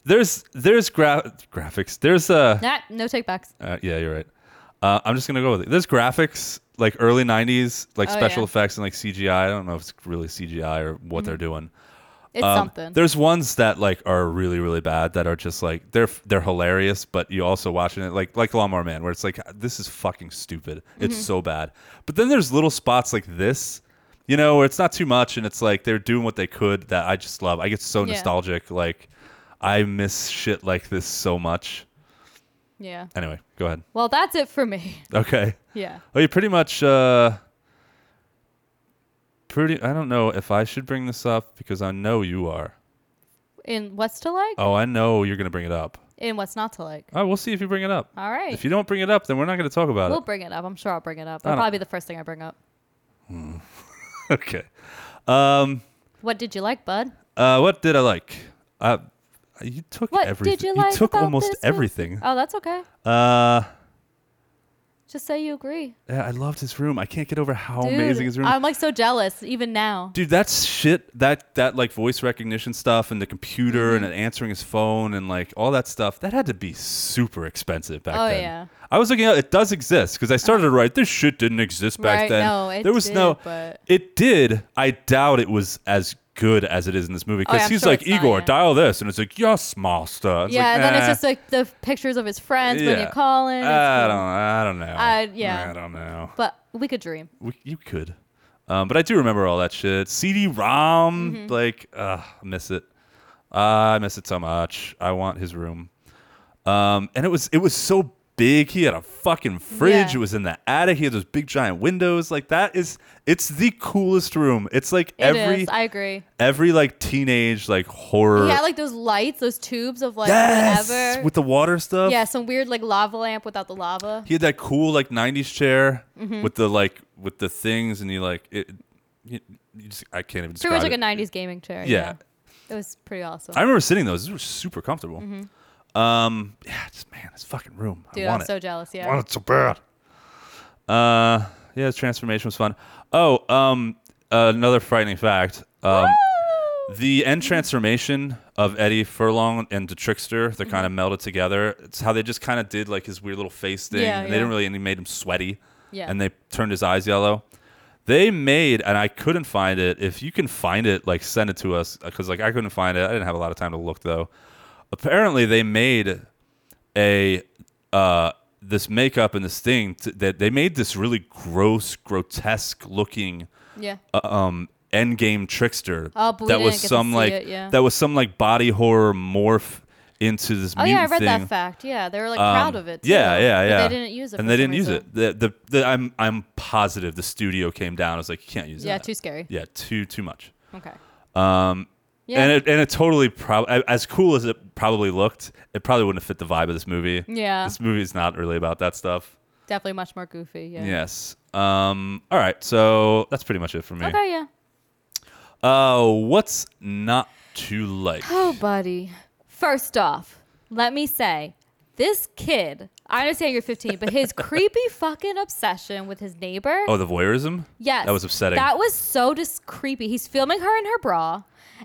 there's there's gra- graphics there's uh, Nah, no take backs. uh, yeah you're right uh, i'm just gonna go with it there's graphics like early 90s like Oh, special yeah. Mm-hmm. effects and like cgi i don't know if it's really cgi or what they're doing It's Um, something. There's ones that like are really really bad that are just like they're they're hilarious, but you also watching it like like Lawnmower Man, where it's like this is fucking stupid. It's so bad. But then there's little spots like this, you know, where it's not too much, and it's like they're doing what they could that I just love. I get so Yeah. nostalgic. Like I miss shit like this so much. Yeah. Anyway, go ahead. Well, that's it for me. Okay. Yeah. Well, you pretty much. Uh, pretty. I don't know if I should bring this up because I know you are. In what's to like Oh, I know you're gonna bring it up. and what's not to like. All right, we'll see if you bring it up. All right. If you don't bring it up, then we're not going to talk about We'll bring it up. I'm sure I'll bring it up. I That'll don't- probably be the first thing I bring up. it. Okay. Um, What did you like, bud? uh, what did I like? Uh, you took What everything. did you like? took about almost this movie? everything. Oh, that's okay. Uh, Just say you agree. yeah, I loved his room. I can't get over how Dude, amazing his room. I'm like so jealous even now. Dude, that's shit. That that like voice recognition stuff and the computer Mm-hmm. and it answering his phone and like all that stuff. That had to be super expensive back Oh, then. yeah. Uh-huh. I was looking at it does exist because I started to write this shit didn't exist back Right, then. no, it there was no. did, but- It did. I doubt it was as good as it is in this movie Oh, yeah, because I'm he's sure like it's not, Igor, yeah. dial this, and it's like yes, master. It's yeah, like, and then it's "Nah." just like the pictures of his friends when you Yeah. call in. I don't. I don't know. I- yeah. I don't know. But we could dream. We, you could. Um, but I do remember all that shit. CD-ROM, Mm-hmm. like, ugh, I miss it. I miss it so much. I want his room. Um, and it was it was so big. He had a fucking fridge. Yeah. It was in the attic. He had those big giant windows. Like that is it's the coolest room. It's like It is. every I agree. every like teenage like horror. He had like those lights, those tubes of like yes, whatever. with the water stuff. yeah, some weird like lava lamp without the lava. He had that cool like '90s chair Mm-hmm. with the like with the things, and he like it. You, you just, I can't even. It's pretty much like describe a it. '90s gaming chair. Yeah. it was pretty awesome. I remember sitting in those. These were super comfortable. Um, yeah, just man, this fucking room. Mm-hmm. Dude, I I'm want it. so jealous. I Yeah, want it so bad. Uh, yeah, his transformation was fun. Oh, um, another frightening fact. Um, the end transformation of Eddie Furlong and the Trickster, Mm-hmm. they kind of melded together. It's how they just kind of did like his weird little face thing, Yeah, and they didn't yeah. really, and he made him sweaty. Yeah. And they turned his eyes yellow. They made, and I couldn't find it. If you can find it, like send it to us, because like I couldn't find it. I didn't have a lot of time to look though. Apparently, they made a uh, this makeup and this thing t- that they made this really gross, grotesque looking yeah. um endgame trickster Oh, but we that was didn't get to some see like it, yeah. that was some like body horror morph into this Oh yeah, I mutant read thing. that fact. Yeah, they were like Um, proud of it. Too, yeah, yeah, yeah. But they didn't use it. and for they some didn't use reason. it. The, the, the, I'm I'm positive the studio came down. I was like, you can't use Yeah, that. too scary. Yeah, too too much. Okay. Um, Yeah. and it and it totally probably as cool as it probably looked, it probably wouldn't fit the vibe of this movie. Yeah. this movie is not really about that stuff. Definitely much more goofy. Yeah. Yes. Um. All right. So that's pretty much it for me. Okay. Yeah. Uh, what's not to like? Oh, buddy. First off, let me say, this kid. I understand you're 15, but his creepy fucking obsession with his neighbor. Oh, the voyeurism? Yes. That was upsetting. That was so just creepy. He's filming her in her bra.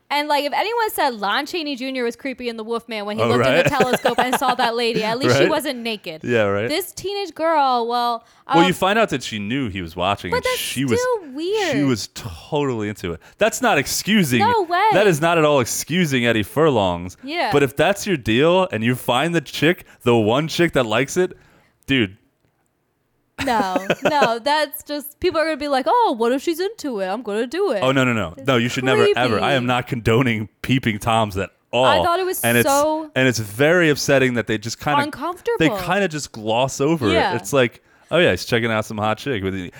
And like if anyone said Lon Chaney Jr. was creepy in the Wolfman when he Oh, looked in right. the telescope and saw that lady, at least she Right. wasn't naked. Yeah, right. This teenage girl, well, um, well, you find out that she knew he was watching, But and that's she still was She weird. was totally into it. That's not excusing. No way. That is not at all excusing Eddie Furlong's. Yeah. But if that's your deal, and you find the chick, the one chick that likes it, dude, no, no, that's just people are gonna be like, oh, what if she's into it? I'm gonna do it. Oh no no no no! You should never ever. I am creepy. not condoning peeping toms at all. thought it was and so it's, and it's very upsetting that they just kind of uncomfortable. They kind of just gloss over Yeah. it. It's like oh yeah, he's checking out some hot chick. The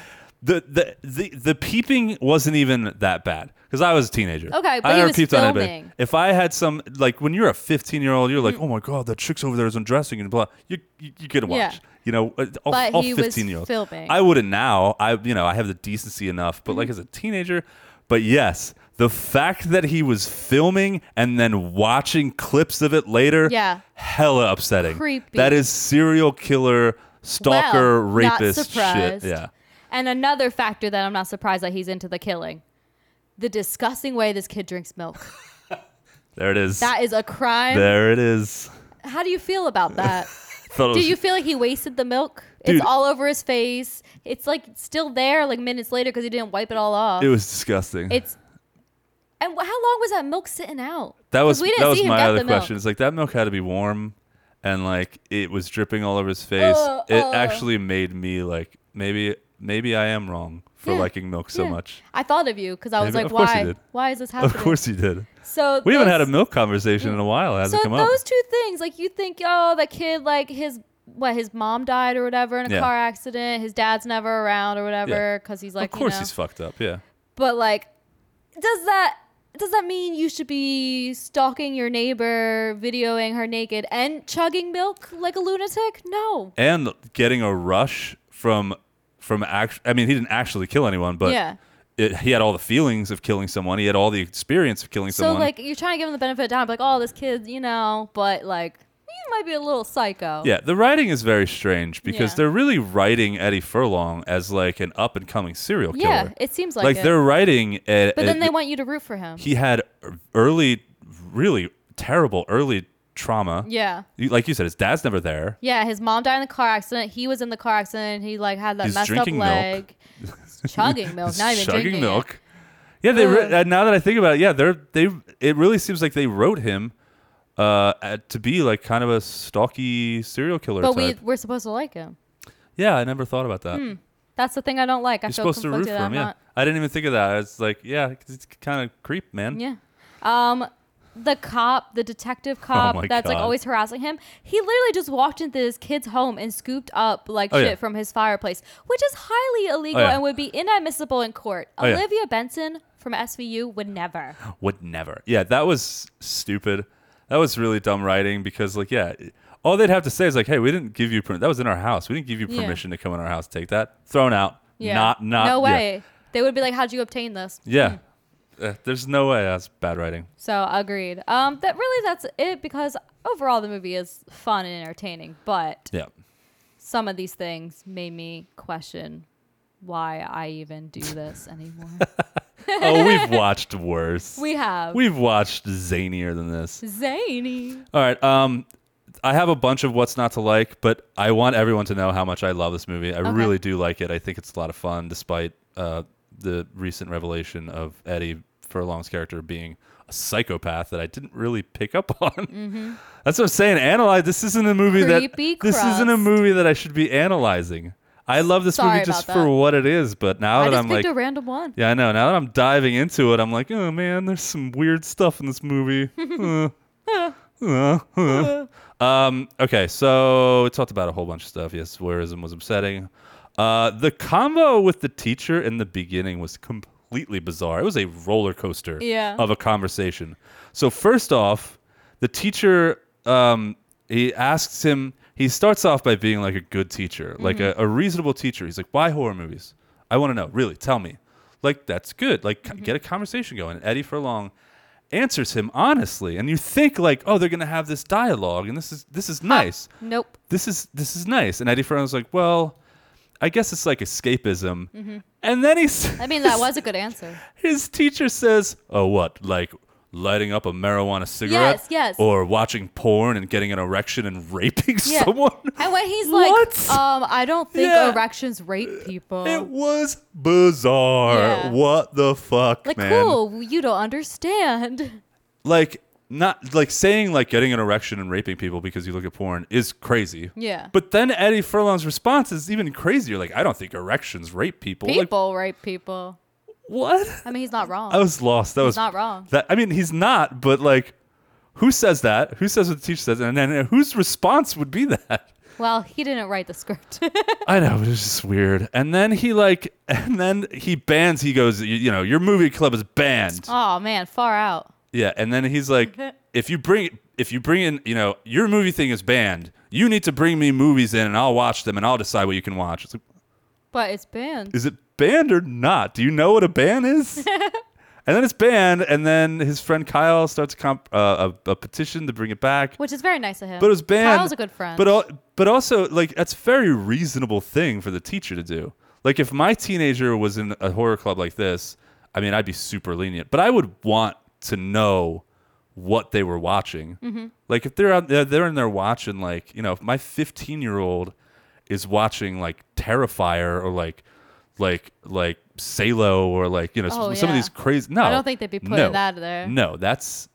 the the the peeping wasn't even that bad because I was a teenager. Okay, but I he never was peeped on anybody. filming. Mm. If I had some like when you're a 15 year old, you're like oh my god, that chick's over there is undressing and blah. You you, you gonna watch. Yeah. You know, uh, all, But all he 15 was year olds. filming. I wouldn't now. I you know I have the decency enough, but Mm-hmm. like as a teenager, but yes, the fact that he was filming and then watching clips of it later, Yeah. hella upsetting. Creepy. That is serial killer, stalker, Well, not rapist shit. surprised. Yeah. And another factor that I'm not surprised that he's into the killing, the disgusting way this kid drinks milk. There it is. That is a crime. there it is. How do you feel about that? Thought it Do was- you feel like he wasted the milk? Dude. It's all over his face. It's like still there, like minutes later, because he didn't wipe it all off. it was disgusting. it's And wh- how long was that milk sitting out? That 'Cause was we didn't that was see him my get other the milk. question. It's like that milk had to be warm, and like it was dripping all over his face. Uh, it uh. actually made me like maybe maybe I am wrong for Yeah, liking milk so yeah. much. I thought of you because I was Maybe- like, of course you why? did. Why is this happening? Of course you did. So We haven't had a those- milk conversation in a while. It hasn't So come up. those two things, like you think, oh, that kid, like his what, his mom died or whatever in a Yeah. car accident. His dad's never around or whatever because he's like, of course you know. he's fucked up. Yeah. But like, does that does that mean you should be stalking your neighbor, videoing her naked, and chugging milk like a lunatic? No. and getting a rush from from act. I mean, he didn't actually kill anyone, but Yeah. it, he had all the feelings of killing someone. He had all the experience of killing So someone. like, you're trying to give him the benefit of the doubt, like, oh, this kid, you know, but like, you might be a little psycho. yeah, the writing is very strange because Yeah. they're really writing Eddie Furlong as like an up and coming serial killer. Yeah, it seems like like it. they're writing. A, But then a- they want you to root for him. he had early, really terrible early trauma. yeah. You- like you said, his dad's never there. Yeah, his mom died in the car accident. He was in the car accident. He like had that He's messed up drinking milk. leg. chugging milk, Oh, not even chugging drinking it. milk. Yeah, they re- Ugh. uh, now that I think about it, yeah, they're they. It really seems like they wrote him uh, at- to be like kind of a stalky serial killer But we type. we're supposed to like him. yeah, I never thought about that. That's the thing I don't like. I You're feel supposed to root conflicted. for I'm him. Yeah, not. I didn't even think of that. It's like, yeah, 'cause it's kind of creep, man. Yeah. Um, the cop, the detective cop Oh my that's like God. always harassing him, he literally just walked into this kid's home and scooped up like Oh, shit yeah. Oh, from his fireplace, which is highly illegal yeah. Oh, and would be inadmissible in court. yeah. Olivia Benson from SVU would never. would never. Yeah, that was stupid. That was really dumb writing because, like, yeah, all they'd have to say is like, "Hey, we didn't give you per- that was in our house. We didn't give you Yeah. permission to come in our house. Take that. Thrown out. Yeah. Not not No yeah. way. Hmm. They would be like, "How'd you obtain this?" Yeah. Uh, there's no way that's bad writing. So agreed. Um, that really that's it because overall the movie is fun and entertaining, but Yeah. some of these things made me question why I even do this anymore. Oh, we've watched worse. we have We've watched zanier than this. zany. All right. Um, I have a bunch of what's not to like, but I want everyone to know how much I love this movie. I really do like it. I think it's a lot of fun, despite uh, the recent revelation of Eddie Furlong's character being a psychopath that I didn't really pick up on. That's what I'm saying. Analyze. This isn't a movie Mm-hmm. Creepy that this isn't a crust. movie that I should be analyzing. I love this Sorry movie just about for that. what it is, but now I that just Oh, I'm like picked a random one. yeah, I know. Now that I'm diving into it, I'm like, oh man, there's some weird stuff in this movie. Uh, uh, uh. um, okay, so we talked about a whole bunch of stuff. Yes, voyeurism was upsetting. Uh, the combo with the teacher in the beginning was completely bizarre. It was a roller coaster Yeah. of a conversation. So first off, the teacher um, he asks him. He starts off by being like a good teacher, like a, a reasonable teacher. He's like, "Why horror movies? I want to know. Really, tell me." Like that's good. Like c- get a conversation going. And Eddie Furlong answers him honestly, and you think like, "Oh, they're gonna have this dialogue, and this is this is nice." Nope. this is this is nice. And Eddie Furlong's like, "Well, I guess it's like escapism." And then he s- I mean that was a good answer. his teacher says, "Oh, what? Like lighting up a marijuana cigarette? Yes, yes. Or watching porn and getting an erection and raping Yeah. someone?" And when he's like, What? um, I don't think Yeah. erections rape people. it was bizarre. Oh. Yeah. What the fuck, like, man? cool, you don't understand. Like not like saying like getting an erection and raping people because you look at porn is crazy. Yeah. But then Eddie Furlong's response is even crazier. Like, I don't think erections rape people. Like, People rape people. what? I mean, he's not wrong. I was lost. That was not wrong. That I mean, he's not. But like, who says that? Who says what the teacher says? And then uh, whose response would be that? well, he didn't write the script. I know, but it's just weird. And then he like, and then he bans. He goes, you, you know, your movie club is banned. oh man, far out. Yeah. And then he's like, if you bring, if you bring in, you know, your movie thing is banned. You need to bring me movies in, and I'll watch them, and I'll decide what you can watch. It's like, But it's banned. is it banned or not? Do you know what a ban is? and then it's banned, and then his friend Kyle starts a, comp- uh, a, a petition to bring it back. Which is very nice of him. But it was banned. Kyle's a good friend. But al- but also like that's a very reasonable thing for the teacher to do. Like if my teenager was in a horror club like this, I mean I'd be super lenient, but I would want to know what they were watching. Mm-hmm. Like if they're out there, they're in there watching like you know if my 15 year old is watching like Terrifier or like like like Salo or like you know Oh, some of yeah. these crazy. No, don't think they'd be putting no, that there. No, that's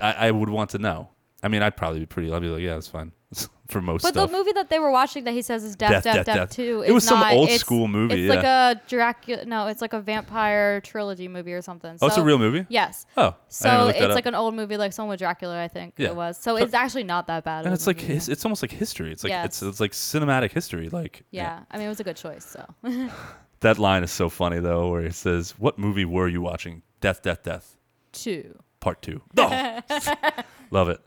I, I would want to know. I mean, I'd probably be pretty. I'd be like, yeah, that's fine for most But stuff. the movie that they were watching that he says is Death, Death, Death, Death, Death, Death. 2 It is was some not- old it's- school movie, It's like a Dracula. No, it's like a vampire trilogy movie or something. Oh, it's a So- real movie? Yes. Oh, I didn't So look that it's up. like an old movie, like someone with Dracula, I think Yeah. it was. So, So- it's actually not that bad. of and a it's like movie. his, it's almost like history. It's like it's Yes. it's like cinematic history. Like yeah. I mean, it was a good choice. So that line is so funny though, where it says, "What movie were you watching? Death, Death, Death, two. Part Two. Oh, love it.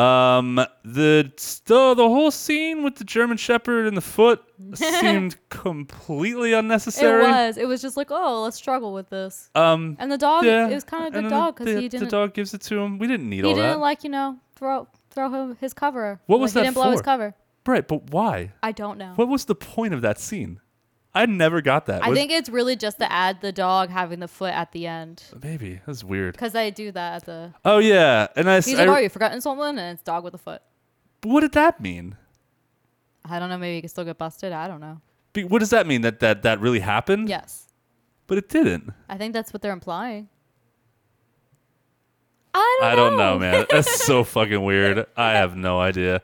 Um, the st- the whole scene with the German Shepherd and the foot seemed completely unnecessary. It was. It was just like, oh, let's struggle with this. Um, And the dog, yeah, it was kind of a and good then dog the, because he didn't, The dog gives it to him. We didn't need he all didn't that. like you know throw throw him his cover. What was like, that He didn't blow his for? cover. right, but why? I don't know. What was the point of that scene? I never got that. I Was- think it's really just to add the dog having the foot at the end maybe that's weird. because they do that at the. Oh yeah, and I, s- He's I- like, "Oh, you forgotten something?" And it's dog with a foot. what did that mean? I don't know. Maybe you can still get busted. I don't know. Be- what does that mean? That that that really happened? Yes, but it didn't. I think that's what they're implying. I don't. I don't know, man. That's so fucking weird. I have no idea.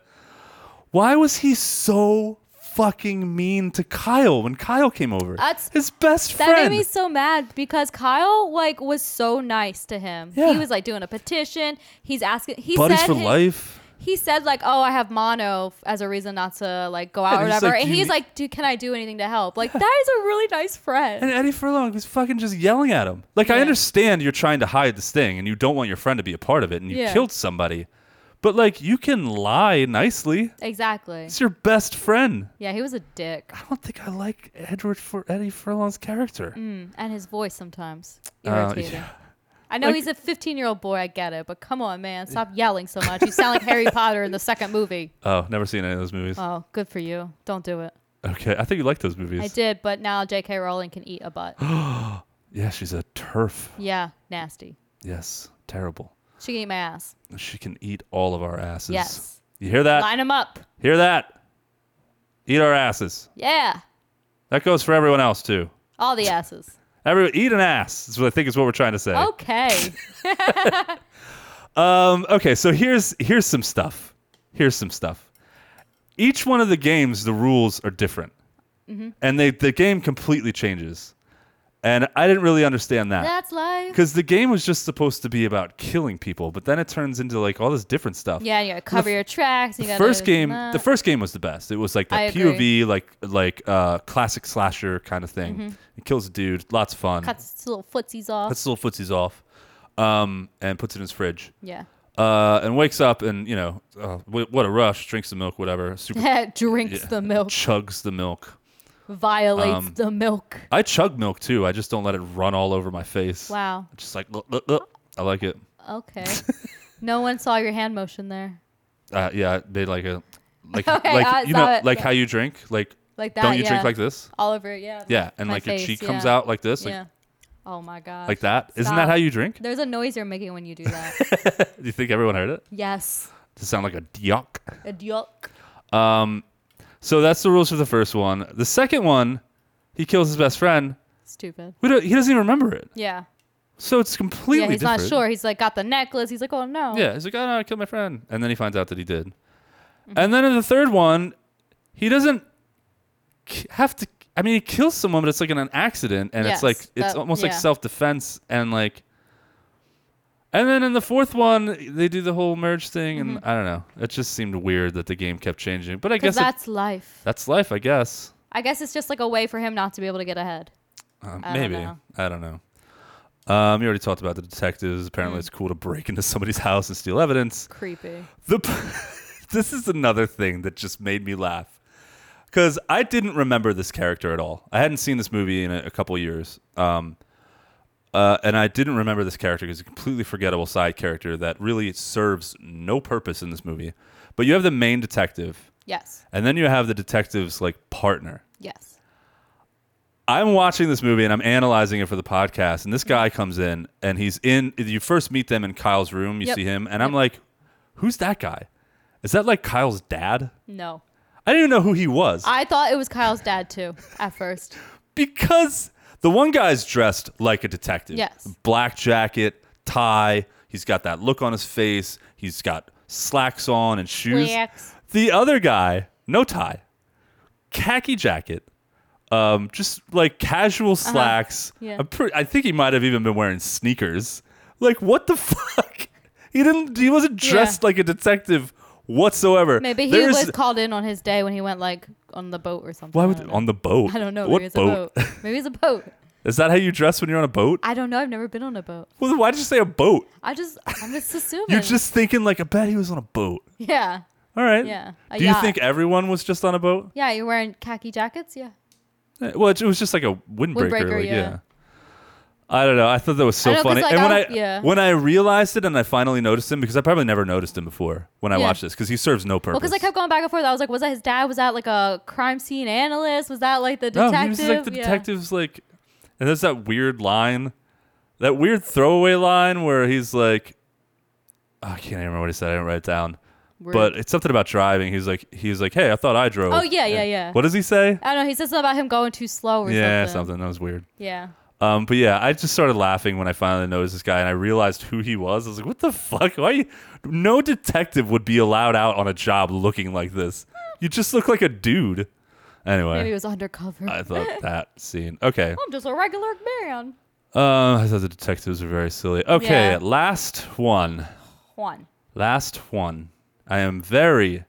Why was he so fucking mean to Kyle when Kyle came over? That's- his best That friend. made me so mad because Kyle like was so nice to him. Yeah. He was like doing a petition. He's asking. He Buddies said for his- life. He said like, "Oh, I have mono f- as a reason not to like go out and or he's whatever." like, and "Do you he's need-" like, "Do can I do anything to help?" Like that is a really nice friend. And Eddie Furlong was fucking just yelling at him. Like I Yeah. understand you're trying to hide this thing and you don't want your friend to be a part of it and you Yeah. killed somebody. But like you can lie nicely. exactly. It's your best friend. Yeah, he was a dick, I don't think I like Edward for Eddie Furlong's character. and his voice sometimes Uh, irritating. yeah. I know Like- he's a 15 year old boy. I get it, but come on, man, stop yelling so much. You sound like Harry Potter in the second movie. Oh, never seen any of those movies. Oh, good for you. Don't do it. okay, I think you like those movies. I did, but now J.K. Rowling can eat a butt. Yeah, she's a turf. yeah, nasty. Yes, terrible. She can eat my ass. She can eat all of our asses. Yes. You hear that? Line them up. Hear that? Eat our asses. Yeah, That goes for everyone else too. all the asses. Every eat an ass. That's what I think is what we're trying to say. Oh, Okay. Um, okay, so here's here's some stuff. Here's some stuff. Each one of the games, the rules are different, Mm-hmm. and they the game completely changes. And I didn't really understand that. That's life. Because the game was just supposed to be about killing people, but then it turns into like all this different stuff. Yeah, you gotta cover your tracks. You The gotta first do this game, and that. the first game was the best. It was like the I agree. POV, like like uh, classic slasher kind of thing. It kills a dude, lots of fun. Mm-hmm. cuts his little footsies off. Cuts his little footsies off, um, and puts it in his fridge. yeah. Uh, and wakes up and you know, uh, w- what a rush! Drinks the milk, whatever. Super Drinks the milk, chugs the milk. violates Um, the milk. I chug milk too. I just don't let it run all over my face. Wow. Just like look, look, look. I like it. Okay. no one saw your hand motion there. Uh, yeah, I made like a like Okay, like I you saw know it. like Yeah. how you drink like Like that. don't you yeah. drink like this? all over? it, Yeah. Yeah, and My like your face, cheek comes yeah. out like this, like yeah. Oh my god. like that. not that Stop. how you drink? There's a noise you're making when you do that. Do you think everyone heard it? yes. To sound like a yuck. A yuck. So that's the rules for the first one. The second one, he kills his best friend. Stupid. We don't, he doesn't even remember it. Yeah. So it's completely yeah. He's different. not sure. He's like got the necklace. He's like, oh no. Yeah, he's like, oh no, I killed my friend, and then he finds out that he did. Mm-hmm. And then in the third one, he doesn't k- have to. I mean, he kills someone, but it's like in an accident, and it's Yes, like it's that- almost like yeah. self defense, and like. And then in the fourth one, they do the whole merge thing, and Mm-hmm. I don't know. It just seemed weird that the game kept changing, but I guess Because it- that's life. that's life, I guess. I guess it's just like a way for him not to be able to get ahead. Um, I don't maybe know. I don't know. Um, you already talked about the detectives. Apparently, Mm-hmm. it's cool to break into somebody's house and steal evidence. Creepy. The p- this is another thing that just made me laugh because I didn't remember this character at all. I hadn't seen this movie in a, a couple years, um, uh, and I didn't remember this character because a completely forgettable side character that really serves no purpose in this movie. But you have the main detective, Yes. and then you have the detective's like partner. Yes. I'm watching this movie and I'm analyzing it for the podcast, and this Mm-hmm. guy comes in and he's in. You first meet them in Kyle's room. You Yep. see him, and I'm like, "Who's that guy? Is that like Kyle's dad?" No. I didn't even know who he was, I thought it was Kyle's dad too at first. because the one guy's dressed like a detective. Yes. Black jacket, tie. He's got that look on his face. He's got slacks on and shoes. Slacks. The other guy, no tie, khaki jacket, um, just like casual slacks. Uh-huh. Yeah. I'm pretty, I think he might have even been wearing sneakers. Like what the fuck? He didn't. He wasn't dressed like a detective whatsoever. Maybe he There's- was called in on his day when he went like on the boat or something. Why I would don't know. on the boat? I don't know. What Maybe it's boat? a boat. Maybe it's a boat. Is that how you dress when you're on a boat? I don't know. I've never been on a boat. Well, then why did you say a boat? I just I'm just assuming. You're just thinking like, I bet he was on a boat. yeah. All right. Yeah, a Do you yacht. think everyone was just on a boat? Yeah, you're wearing khaki jackets. Yeah, Eh, Well, it it was just like a windbreaker. Windbreaker, like, yeah. yeah. I don't know. I thought that was so I know, 'cause, funny. like, and when I I, was- yeah. when I realized it and I finally noticed him because I probably never noticed him before when I Yeah. watched this because he serves no purpose. well, because I kept going back and forth. I was like, was that his dad? Was that like a crime scene analyst? Was that like the no, detective? he was just like the Yeah. detective's like, and there's that weird line, that weird throwaway line where he's like, oh, I can't even remember what he said. I didn't write it down. Rude. But it's something about driving. He's like, he's like, hey, I thought I drove. Oh, yeah, yeah, And- yeah. What does he say? I don't know. He said something about him going too slow or yeah, something. something that was weird. Yeah. Um, but yeah, I just started laughing when I finally noticed this guy, and I realized who he was. I was like, "What the fuck? Why? You, no detective would be allowed out on a job looking like this. You just look like a dude." Maybe he Anyway, was undercover. I I'm thought that scene. Okay, just a regular man. uh, I thought the detectives were very silly. Okay, Yeah. last one. Juan. Last one. I am very,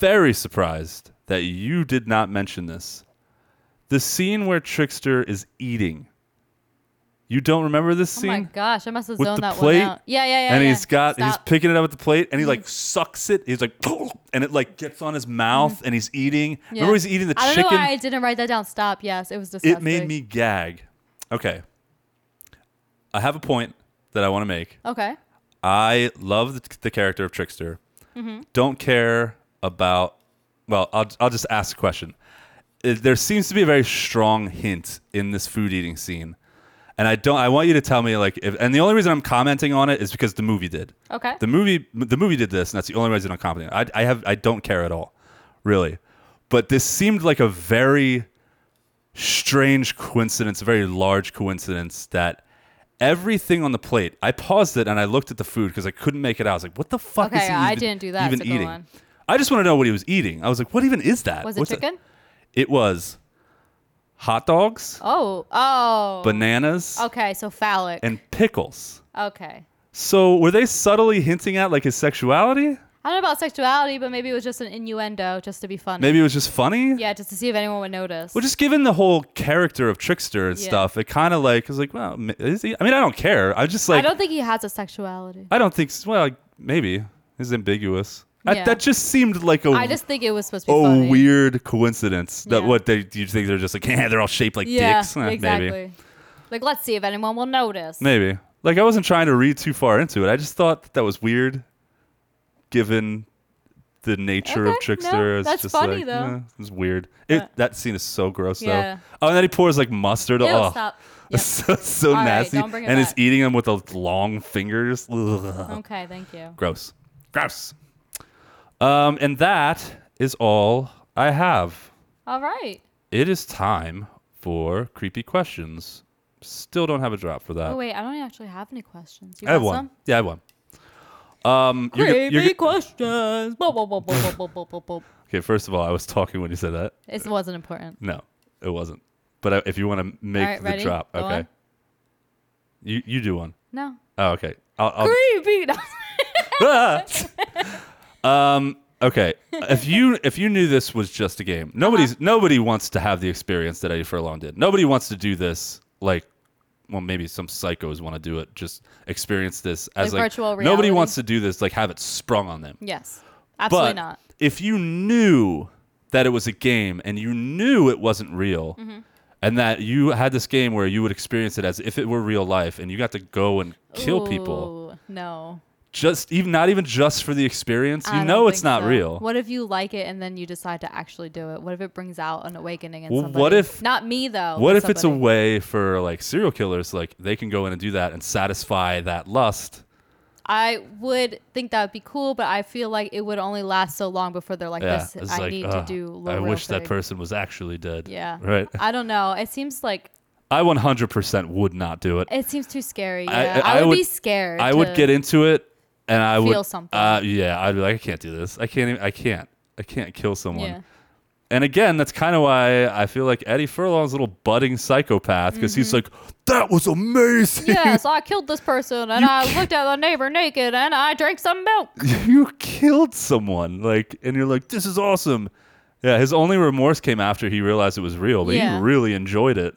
very surprised that you did not mention this. The scene where Trickster is eating. You don't remember this Oh scene? my gosh, I must have With zoned the that plate, one out. Yeah, yeah, yeah. and yeah. he's got he's Stop. Mm-hmm. picking it up with the plate and he like sucks it he's like and it like gets on his mouth and he's eating Mm-hmm. Yeah. remember he's eating the I don't know chicken why I didn't write that down. Stop. Yes, it was disgusting. it made me gag okay i have a point that i want to make Okay. i love the, the character of trickster don't care about well I'll, I'll just ask a question Uh, there seems to be a very strong hint in this food eating scene and i don't i want you to tell me like if and the only reason i'm commenting on it is because the movie did Okay. the movie, the movie did this, and that's the only reason I'm confident. I, I have, I don't care at all, really. But this seemed like a very strange coincidence, a very large coincidence that everything on the plate. I paused it and I looked at the food because I couldn't make it out. I was like, "What the fuck is Okay, he I even- didn't do that, Even so go eating? on. I just want to know what he was eating. I was like, "What even is that? was it What's that?" chicken? It was hot dogs, Oh, oh. bananas, Okay, so phallic. and pickles. okay. So were they subtly hinting at like his sexuality? I don't know about sexuality, but maybe it was just an innuendo just to be funny. Maybe it was just funny. Yeah, just to see if anyone would notice. Well, just given the whole character of trickster and Yeah. stuff, it kind of like is like, well, m- is he? I mean, I don't care. I just like, I don't think he has a sexuality. I don't think. s- Well, maybe it's ambiguous. I, Yeah. that just seemed like a I just think it was supposed to be a funny. Oh. weird coincidence. That Yeah. what they do you think they're just like, yeah, they're all shaped like Yeah, dicks? Eh, exactly. Maybe, Like, let's see if anyone will notice. maybe. Like I wasn't trying to read too far into it. I just thought that, that was weird, given the nature of Okay, trickster. no, it's that's just funny, like, though. eh, it's weird. It, that scene is so gross Yeah. though. Oh, and then he pours like mustard. Ew, oh. stop. Yep. It's so, so All right, nasty. don't bring it and he's back. eating them with the long fingers. Ugh. Okay, thank you. Gross. Gross. Um, and that is all I have. All right. It is time for creepy questions. Still don't have a drop for that. Oh wait, I don't actually have any questions. You Uh, I have got one. some? Yeah, I have one. Um, you're, go- you're, Creepy go- questions. Bo- bo- bo- bo- bo- bo- bo- bo. okay, first of all, I was talking when you said that. It wasn't important. No, it wasn't. But I, if you want to make right, the ready? drop, Go okay. on. You you do one. No. Oh, okay. I'll, I'll, Creepy. Ah! um okay if you if you knew this was just a game nobody's Uh-huh. nobody wants to have the experience that eddie furlong did nobody wants to do this like well maybe some psychos want to do it just experience this as Like like, virtual nobody reality? wants to do this like have it sprung on them yes. Absolutely but not. if you knew that it was a game and you knew it wasn't real Mm-hmm. and that you had this game where you would experience it as if it were real life and you got to go and kill people Ooh, No. just even not even just for the experience. I You don't know it's think not so. real. What if you like it and then you decide to actually do it? What if it brings out an awakening in Well, somebody? what if- not me though? What but if it's a somebody. way for like serial killers, like they can go in and do that and satisfy that lust I would think that would be cool, but I feel like it would only last so long before they're like, Yeah, "This, it's I like, need uh, to do." low I real wish that footage." person was actually dead. Yeah. Right. I don't know. It seems like I 100% would not do it. it seems too scary. Yeah. I, would, be scared. I would to- get into it, and I feel would something. Uh, yeah, I'd be like, I can't do this. I can't. Even, I can't. I can't kill someone. Yeah. And again, that's kind of why I feel like Eddie Furlong's a little budding psychopath because he's Mm-hmm. like, that was amazing. Yes, I killed this person and You I can't- looked at the neighbor naked and I drank some milk. you killed someone like and you're like this is awesome yeah his only remorse came after he realized it was real but Yeah. Mm. he really enjoyed it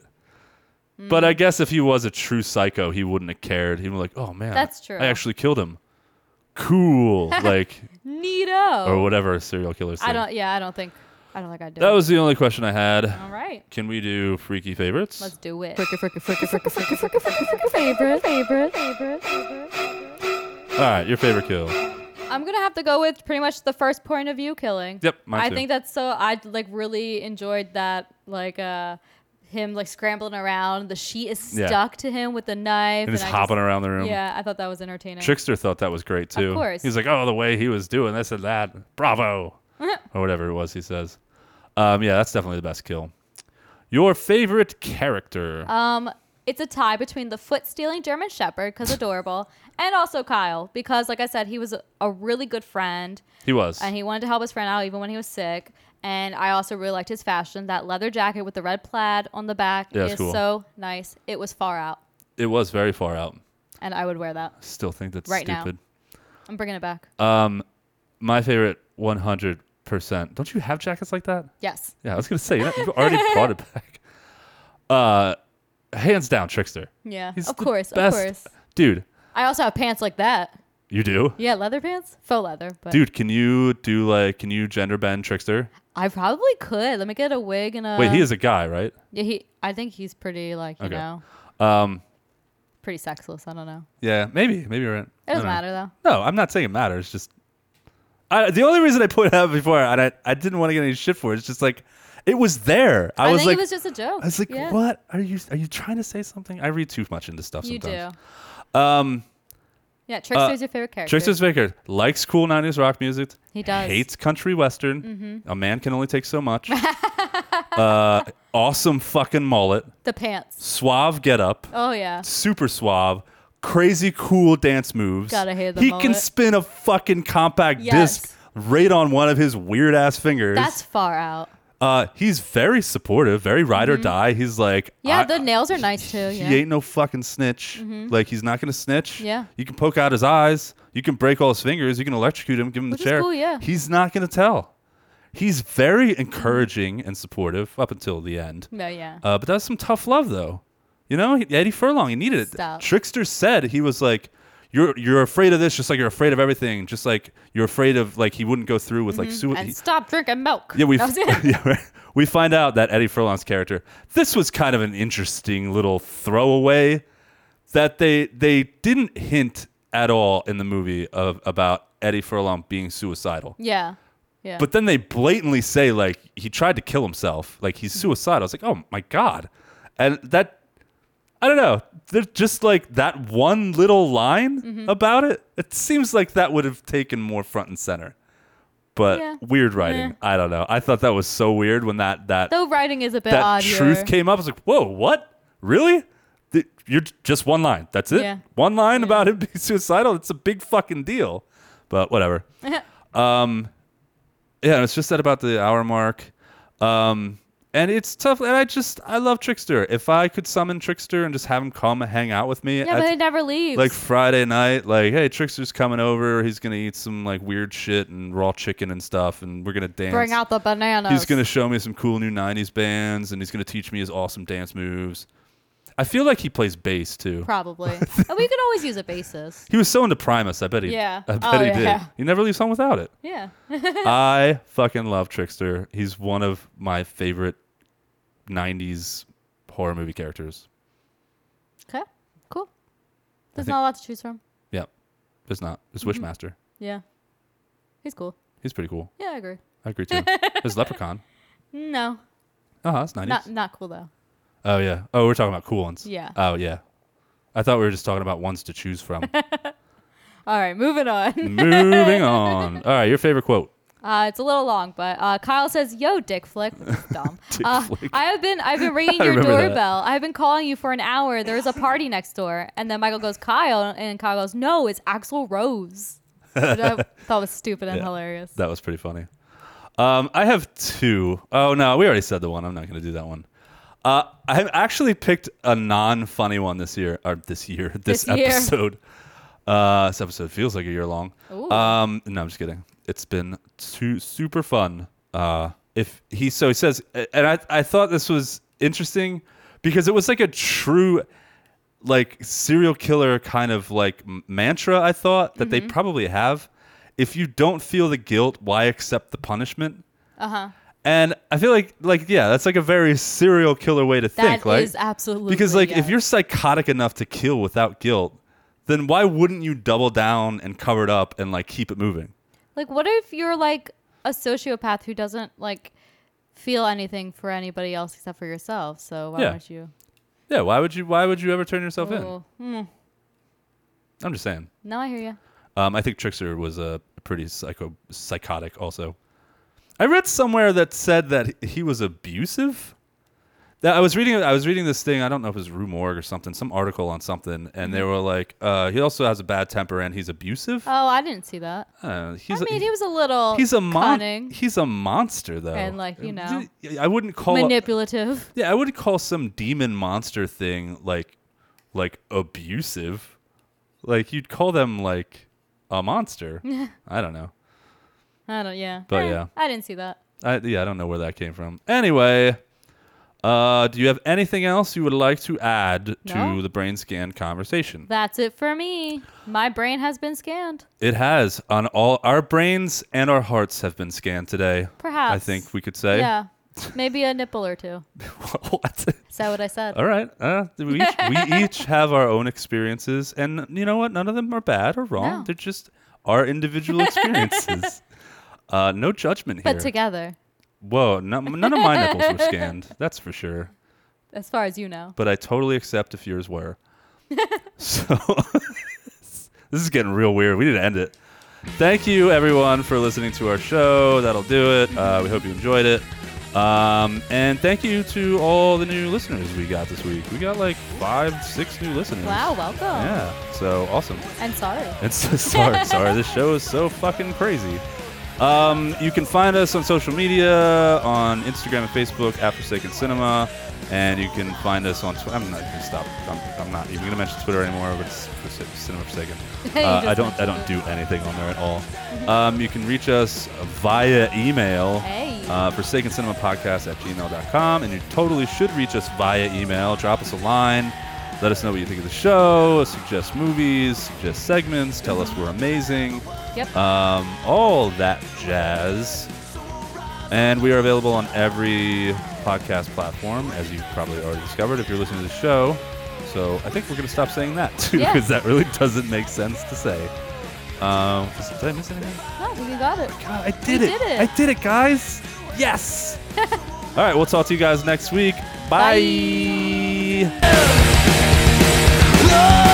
but i guess if he was a true psycho he wouldn't have cared he'd be like oh man That's true. i actually killed him cool like Neato. or whatever serial killers I say. don't. Yeah, I don't think. I don't think I did. that was the only question i had all right. can we do freaky favorites Let's do it. Fricka, fricka, fricka, fricka, fricka, fricka, fricka, fricka, favorite, favorite, favorite, favorite. all right your favorite kill I'm gonna have to go with pretty much the first point of view killing. Yep, mine I too. think that's so. I like really enjoyed that. Like uh, him like scrambling around. The sheet is Yeah. stuck to him with the knife. and he's I just- hopping around the room Yeah, I thought that was entertaining. Trickster thought that was great too. course. He's like, oh, the way he was doing this and that, bravo, or whatever it was he says. Um, yeah, that's definitely the best kill. Your favorite character? Uh, It's a tie between the foot stealing German Shepherd because adorable, and also Kyle because, like I said, he was a, a really good friend he was. and he wanted to help his friend out even when he was sick. And I also really liked his fashion. That leather jacket with the red plaid on the back Yeah, it's is cool. so nice. It was far out, it was very far out. and I would wear that. Still think that's Right now. stupid. I'm bringing it back. Uh, My favorite, one hundred percent. Don't you have jackets like that? yes. Yeah, I was gonna say you you've already brought it back. Uh, hands down, Trickster. Yeah. He's of the course. best- Of course. dude. I also have pants like that. You do, Yeah, leather pants, faux leather. But dude. Can you do like? Can you gender bend Trickster? I probably could. Let me get a wig and a. Wait, he is a guy, right? Yeah, he. I think he's pretty like you Okay. know. Um, Pretty sexless. I don't know. Yeah, maybe, maybe you're right. It I doesn't don't know. matter though. No, I'm not saying it matters. Just I, the only reason I pointed out before, and I, I didn't want to get any shit for it. It's just like it was there. I, I, was think like, it was just a joke. I was like, Yeah. what are you? Are you trying to say something? I read too much into stuff You do. sometimes. uh, Um. Yeah, Trickster's your favorite character. Trickster's Vicker likes cool '90s rock music. He does. Mm-hmm. Hates country western. A man can only take so much. uh, awesome fucking mullet. the pants. Suave get up. Oh yeah. super suave, crazy cool dance moves. Gotta hate the He can mullet. spin a fucking compact Yes. disc right on one of his weird ass fingers. That's far out. uh, he's very supportive, very ride or die. He's like, Mm-hmm. Yeah, I- the nails are nice too. he Yeah. Mm-hmm. ain't no fucking snitch. Like he's not gonna snitch. Yeah. you can poke out his eyes. You can break all his fingers. You can electrocute him. Give him Which the is chair. cool, yeah. he's not gonna tell. He's very encouraging and supportive up until the end. No, Oh, yeah. Uh, but that's some tough love, though. You know, he- Eddie Furlong, he needed it. Stop. Trickster said he was like, "You're you're afraid of this, just like you're afraid of everything, just like you're afraid of like he wouldn't go through with like suicide." Mm-hmm. and stop drinking milk. yeah, we That was it. yeah, right. we find out that Eddie Furlong's character. This was kind of an interesting little throwaway that they they didn't hint at all in the movie of about Eddie Furlong being suicidal. yeah. Yeah. But then they blatantly say like he tried to kill himself, like he's Hmm. suicidal. I was like, oh my god, and that I don't know. They're just like that one little line Mm-hmm. about it. It seems like that would have taken more front and center. But Yeah. weird writing. Meh. I don't know. I thought that was so weird when that that the writing is a bit that odd. truth came up. I was like, whoa, what? Really? Th- You're j- just one line. That's it. Yeah. One line about him being suicidal. It's a big fucking deal. But whatever Um, yeah, it's just that about the hour mark. Um, and it's tough. And I just, I love Trickster. If I could summon Trickster and just have him come and hang out with me, yeah, but at- it never leaves. like Friday night, like, hey, Trickster's coming over. He's going to eat some like weird shit and raw chicken and stuff. And we're going to dance. bring out the bananas. He's going to show me some cool new 90s bands and he's going to teach me his awesome dance moves. I feel like he plays bass too. Probably. oh, we could always use a basis. He was so into Primus. I bet he, Yeah. I bet Oh, he yeah. did. He never leaves home without it. Yeah. I fucking love Trickster. He's one of my favorite 90s horror movie characters. Okay. Cool. There's think- not a lot to choose from. Yep. It's not. It's Mm-hmm. Wishmaster. Yeah. He's cool. He's pretty cool. Yeah, I agree. I agree too. There's Leprechaun. No. Uh huh. It's 90s. Not not cool though. oh, yeah. Oh, we're talking about cool ones. Yeah. Oh, yeah. I thought we were just talking about ones to choose from. All right, moving on. Moving on. All right, your favorite quote. Uh, it's a little long, but uh, Kyle says, "Yo, Dick Flick." That's dumb. uh, Flick. I have been I've been ringing I your remember that. doorbell. I've been calling you for an hour. There's a party next door, and then Michael goes, "Kyle," and Kyle goes, "No, it's Axel Rose." Which I thought was stupid and Yeah. hilarious. That was pretty funny. Um, I have two. Oh no, we already said the one. I'm not going to do that one. Uh, I have actually picked a non-funny one this year, or this year, this, This year. episode. Uh, this episode feels like a year long. Ooh. Um, no, I'm just kidding. It's been su- super fun. Uh, if he so he says, and I I thought this was interesting because it was like a true like serial killer kind of like m- mantra i thought that Mm-hmm. they probably have if you don't feel the guilt why accept the punishment uh-huh and i feel like like yeah that's like a very serial killer way to That think like is absolutely, because like if yes. you're psychotic enough to kill without guilt then why wouldn't you double down and cover it up and like keep it moving Like, what if you're like a sociopath who doesn't like feel anything for anybody else except for yourself? So why Yeah. don't you? yeah why would you why would you ever turn yourself in Oh, hmm. i'm just saying No, I hear you. Um, I think Trickster was a pretty psycho psychotic. Also, I read somewhere that said that he was abusive. That I was reading. I was reading this thing. I don't know if it was Rue Morgue or something, some article on something, and Mm-hmm. they were like, uh, he also has a bad temper and he's abusive. Oh, I didn't see that. Uh, he's I mean, a, he was a little he's a mon- cunning, he's a monster though, And, like, you know, I wouldn't call a- manipulative. yeah, I would call some demon monster thing like like abusive. Like you'd call them like a monster. I don't know. I don't. Yeah. But, Eh, yeah. I didn't see that. I yeah, I don't know where that came from. Anyway, uh, do you have anything else you would like to add No. to the brain scan conversation? That's it for me. My brain has been scanned. It has on all our brains and our hearts have been scanned today. I Perhaps. think we could say. Yeah. Maybe a nipple or two. what? Is that what I said? All right. Uh, we, each, we each have our own experiences, and you know what? None of them are bad or wrong. No. They're just our individual experiences. uh, no judgment here. But together, Whoa, no, none of my nipples were scanned. That's for sure. as far as you know. But I totally accept if yours were. so this is getting real weird. We need to end it. Thank you, everyone, for listening to our show. That'll do it. Uh, we hope you enjoyed it. Um, and thank you to all the new listeners we got this week. We got like five, six new listeners. Wow. Welcome. Yeah. So awesome. And sorry. It's so sorry, sorry. This show is so fucking crazy. Um, you can find us on social media on Instagram and Facebook at Forsaken Cinema, and you can find us on. Tw- I'm not gonna stop. I'm, I'm not even gonna mention Twitter anymore. But it's Forsa- Cinema Forsaken. You Uh, just I don't. I don't do anything on there at all. Um, you can reach us via email. Hey. Uh, Forsaken Cinema Podcast at gmail.com, and you totally should reach us via email. Drop us a line. Let us know what you think of the show. Suggest movies. Suggest segments. Tell us we're amazing Yep. um, all that jazz. And we are available on every podcast platform, as you've probably already discovered if you're listening to the show. So I think we're going to stop saying that too, Yeah. because that really doesn't make sense to say. Um, did I miss anything? no, Oh, you got it. God, I did You it. did it. I did it, guys. Yes. all right, we'll talk to you guys next week. Bye. Bye. Bye.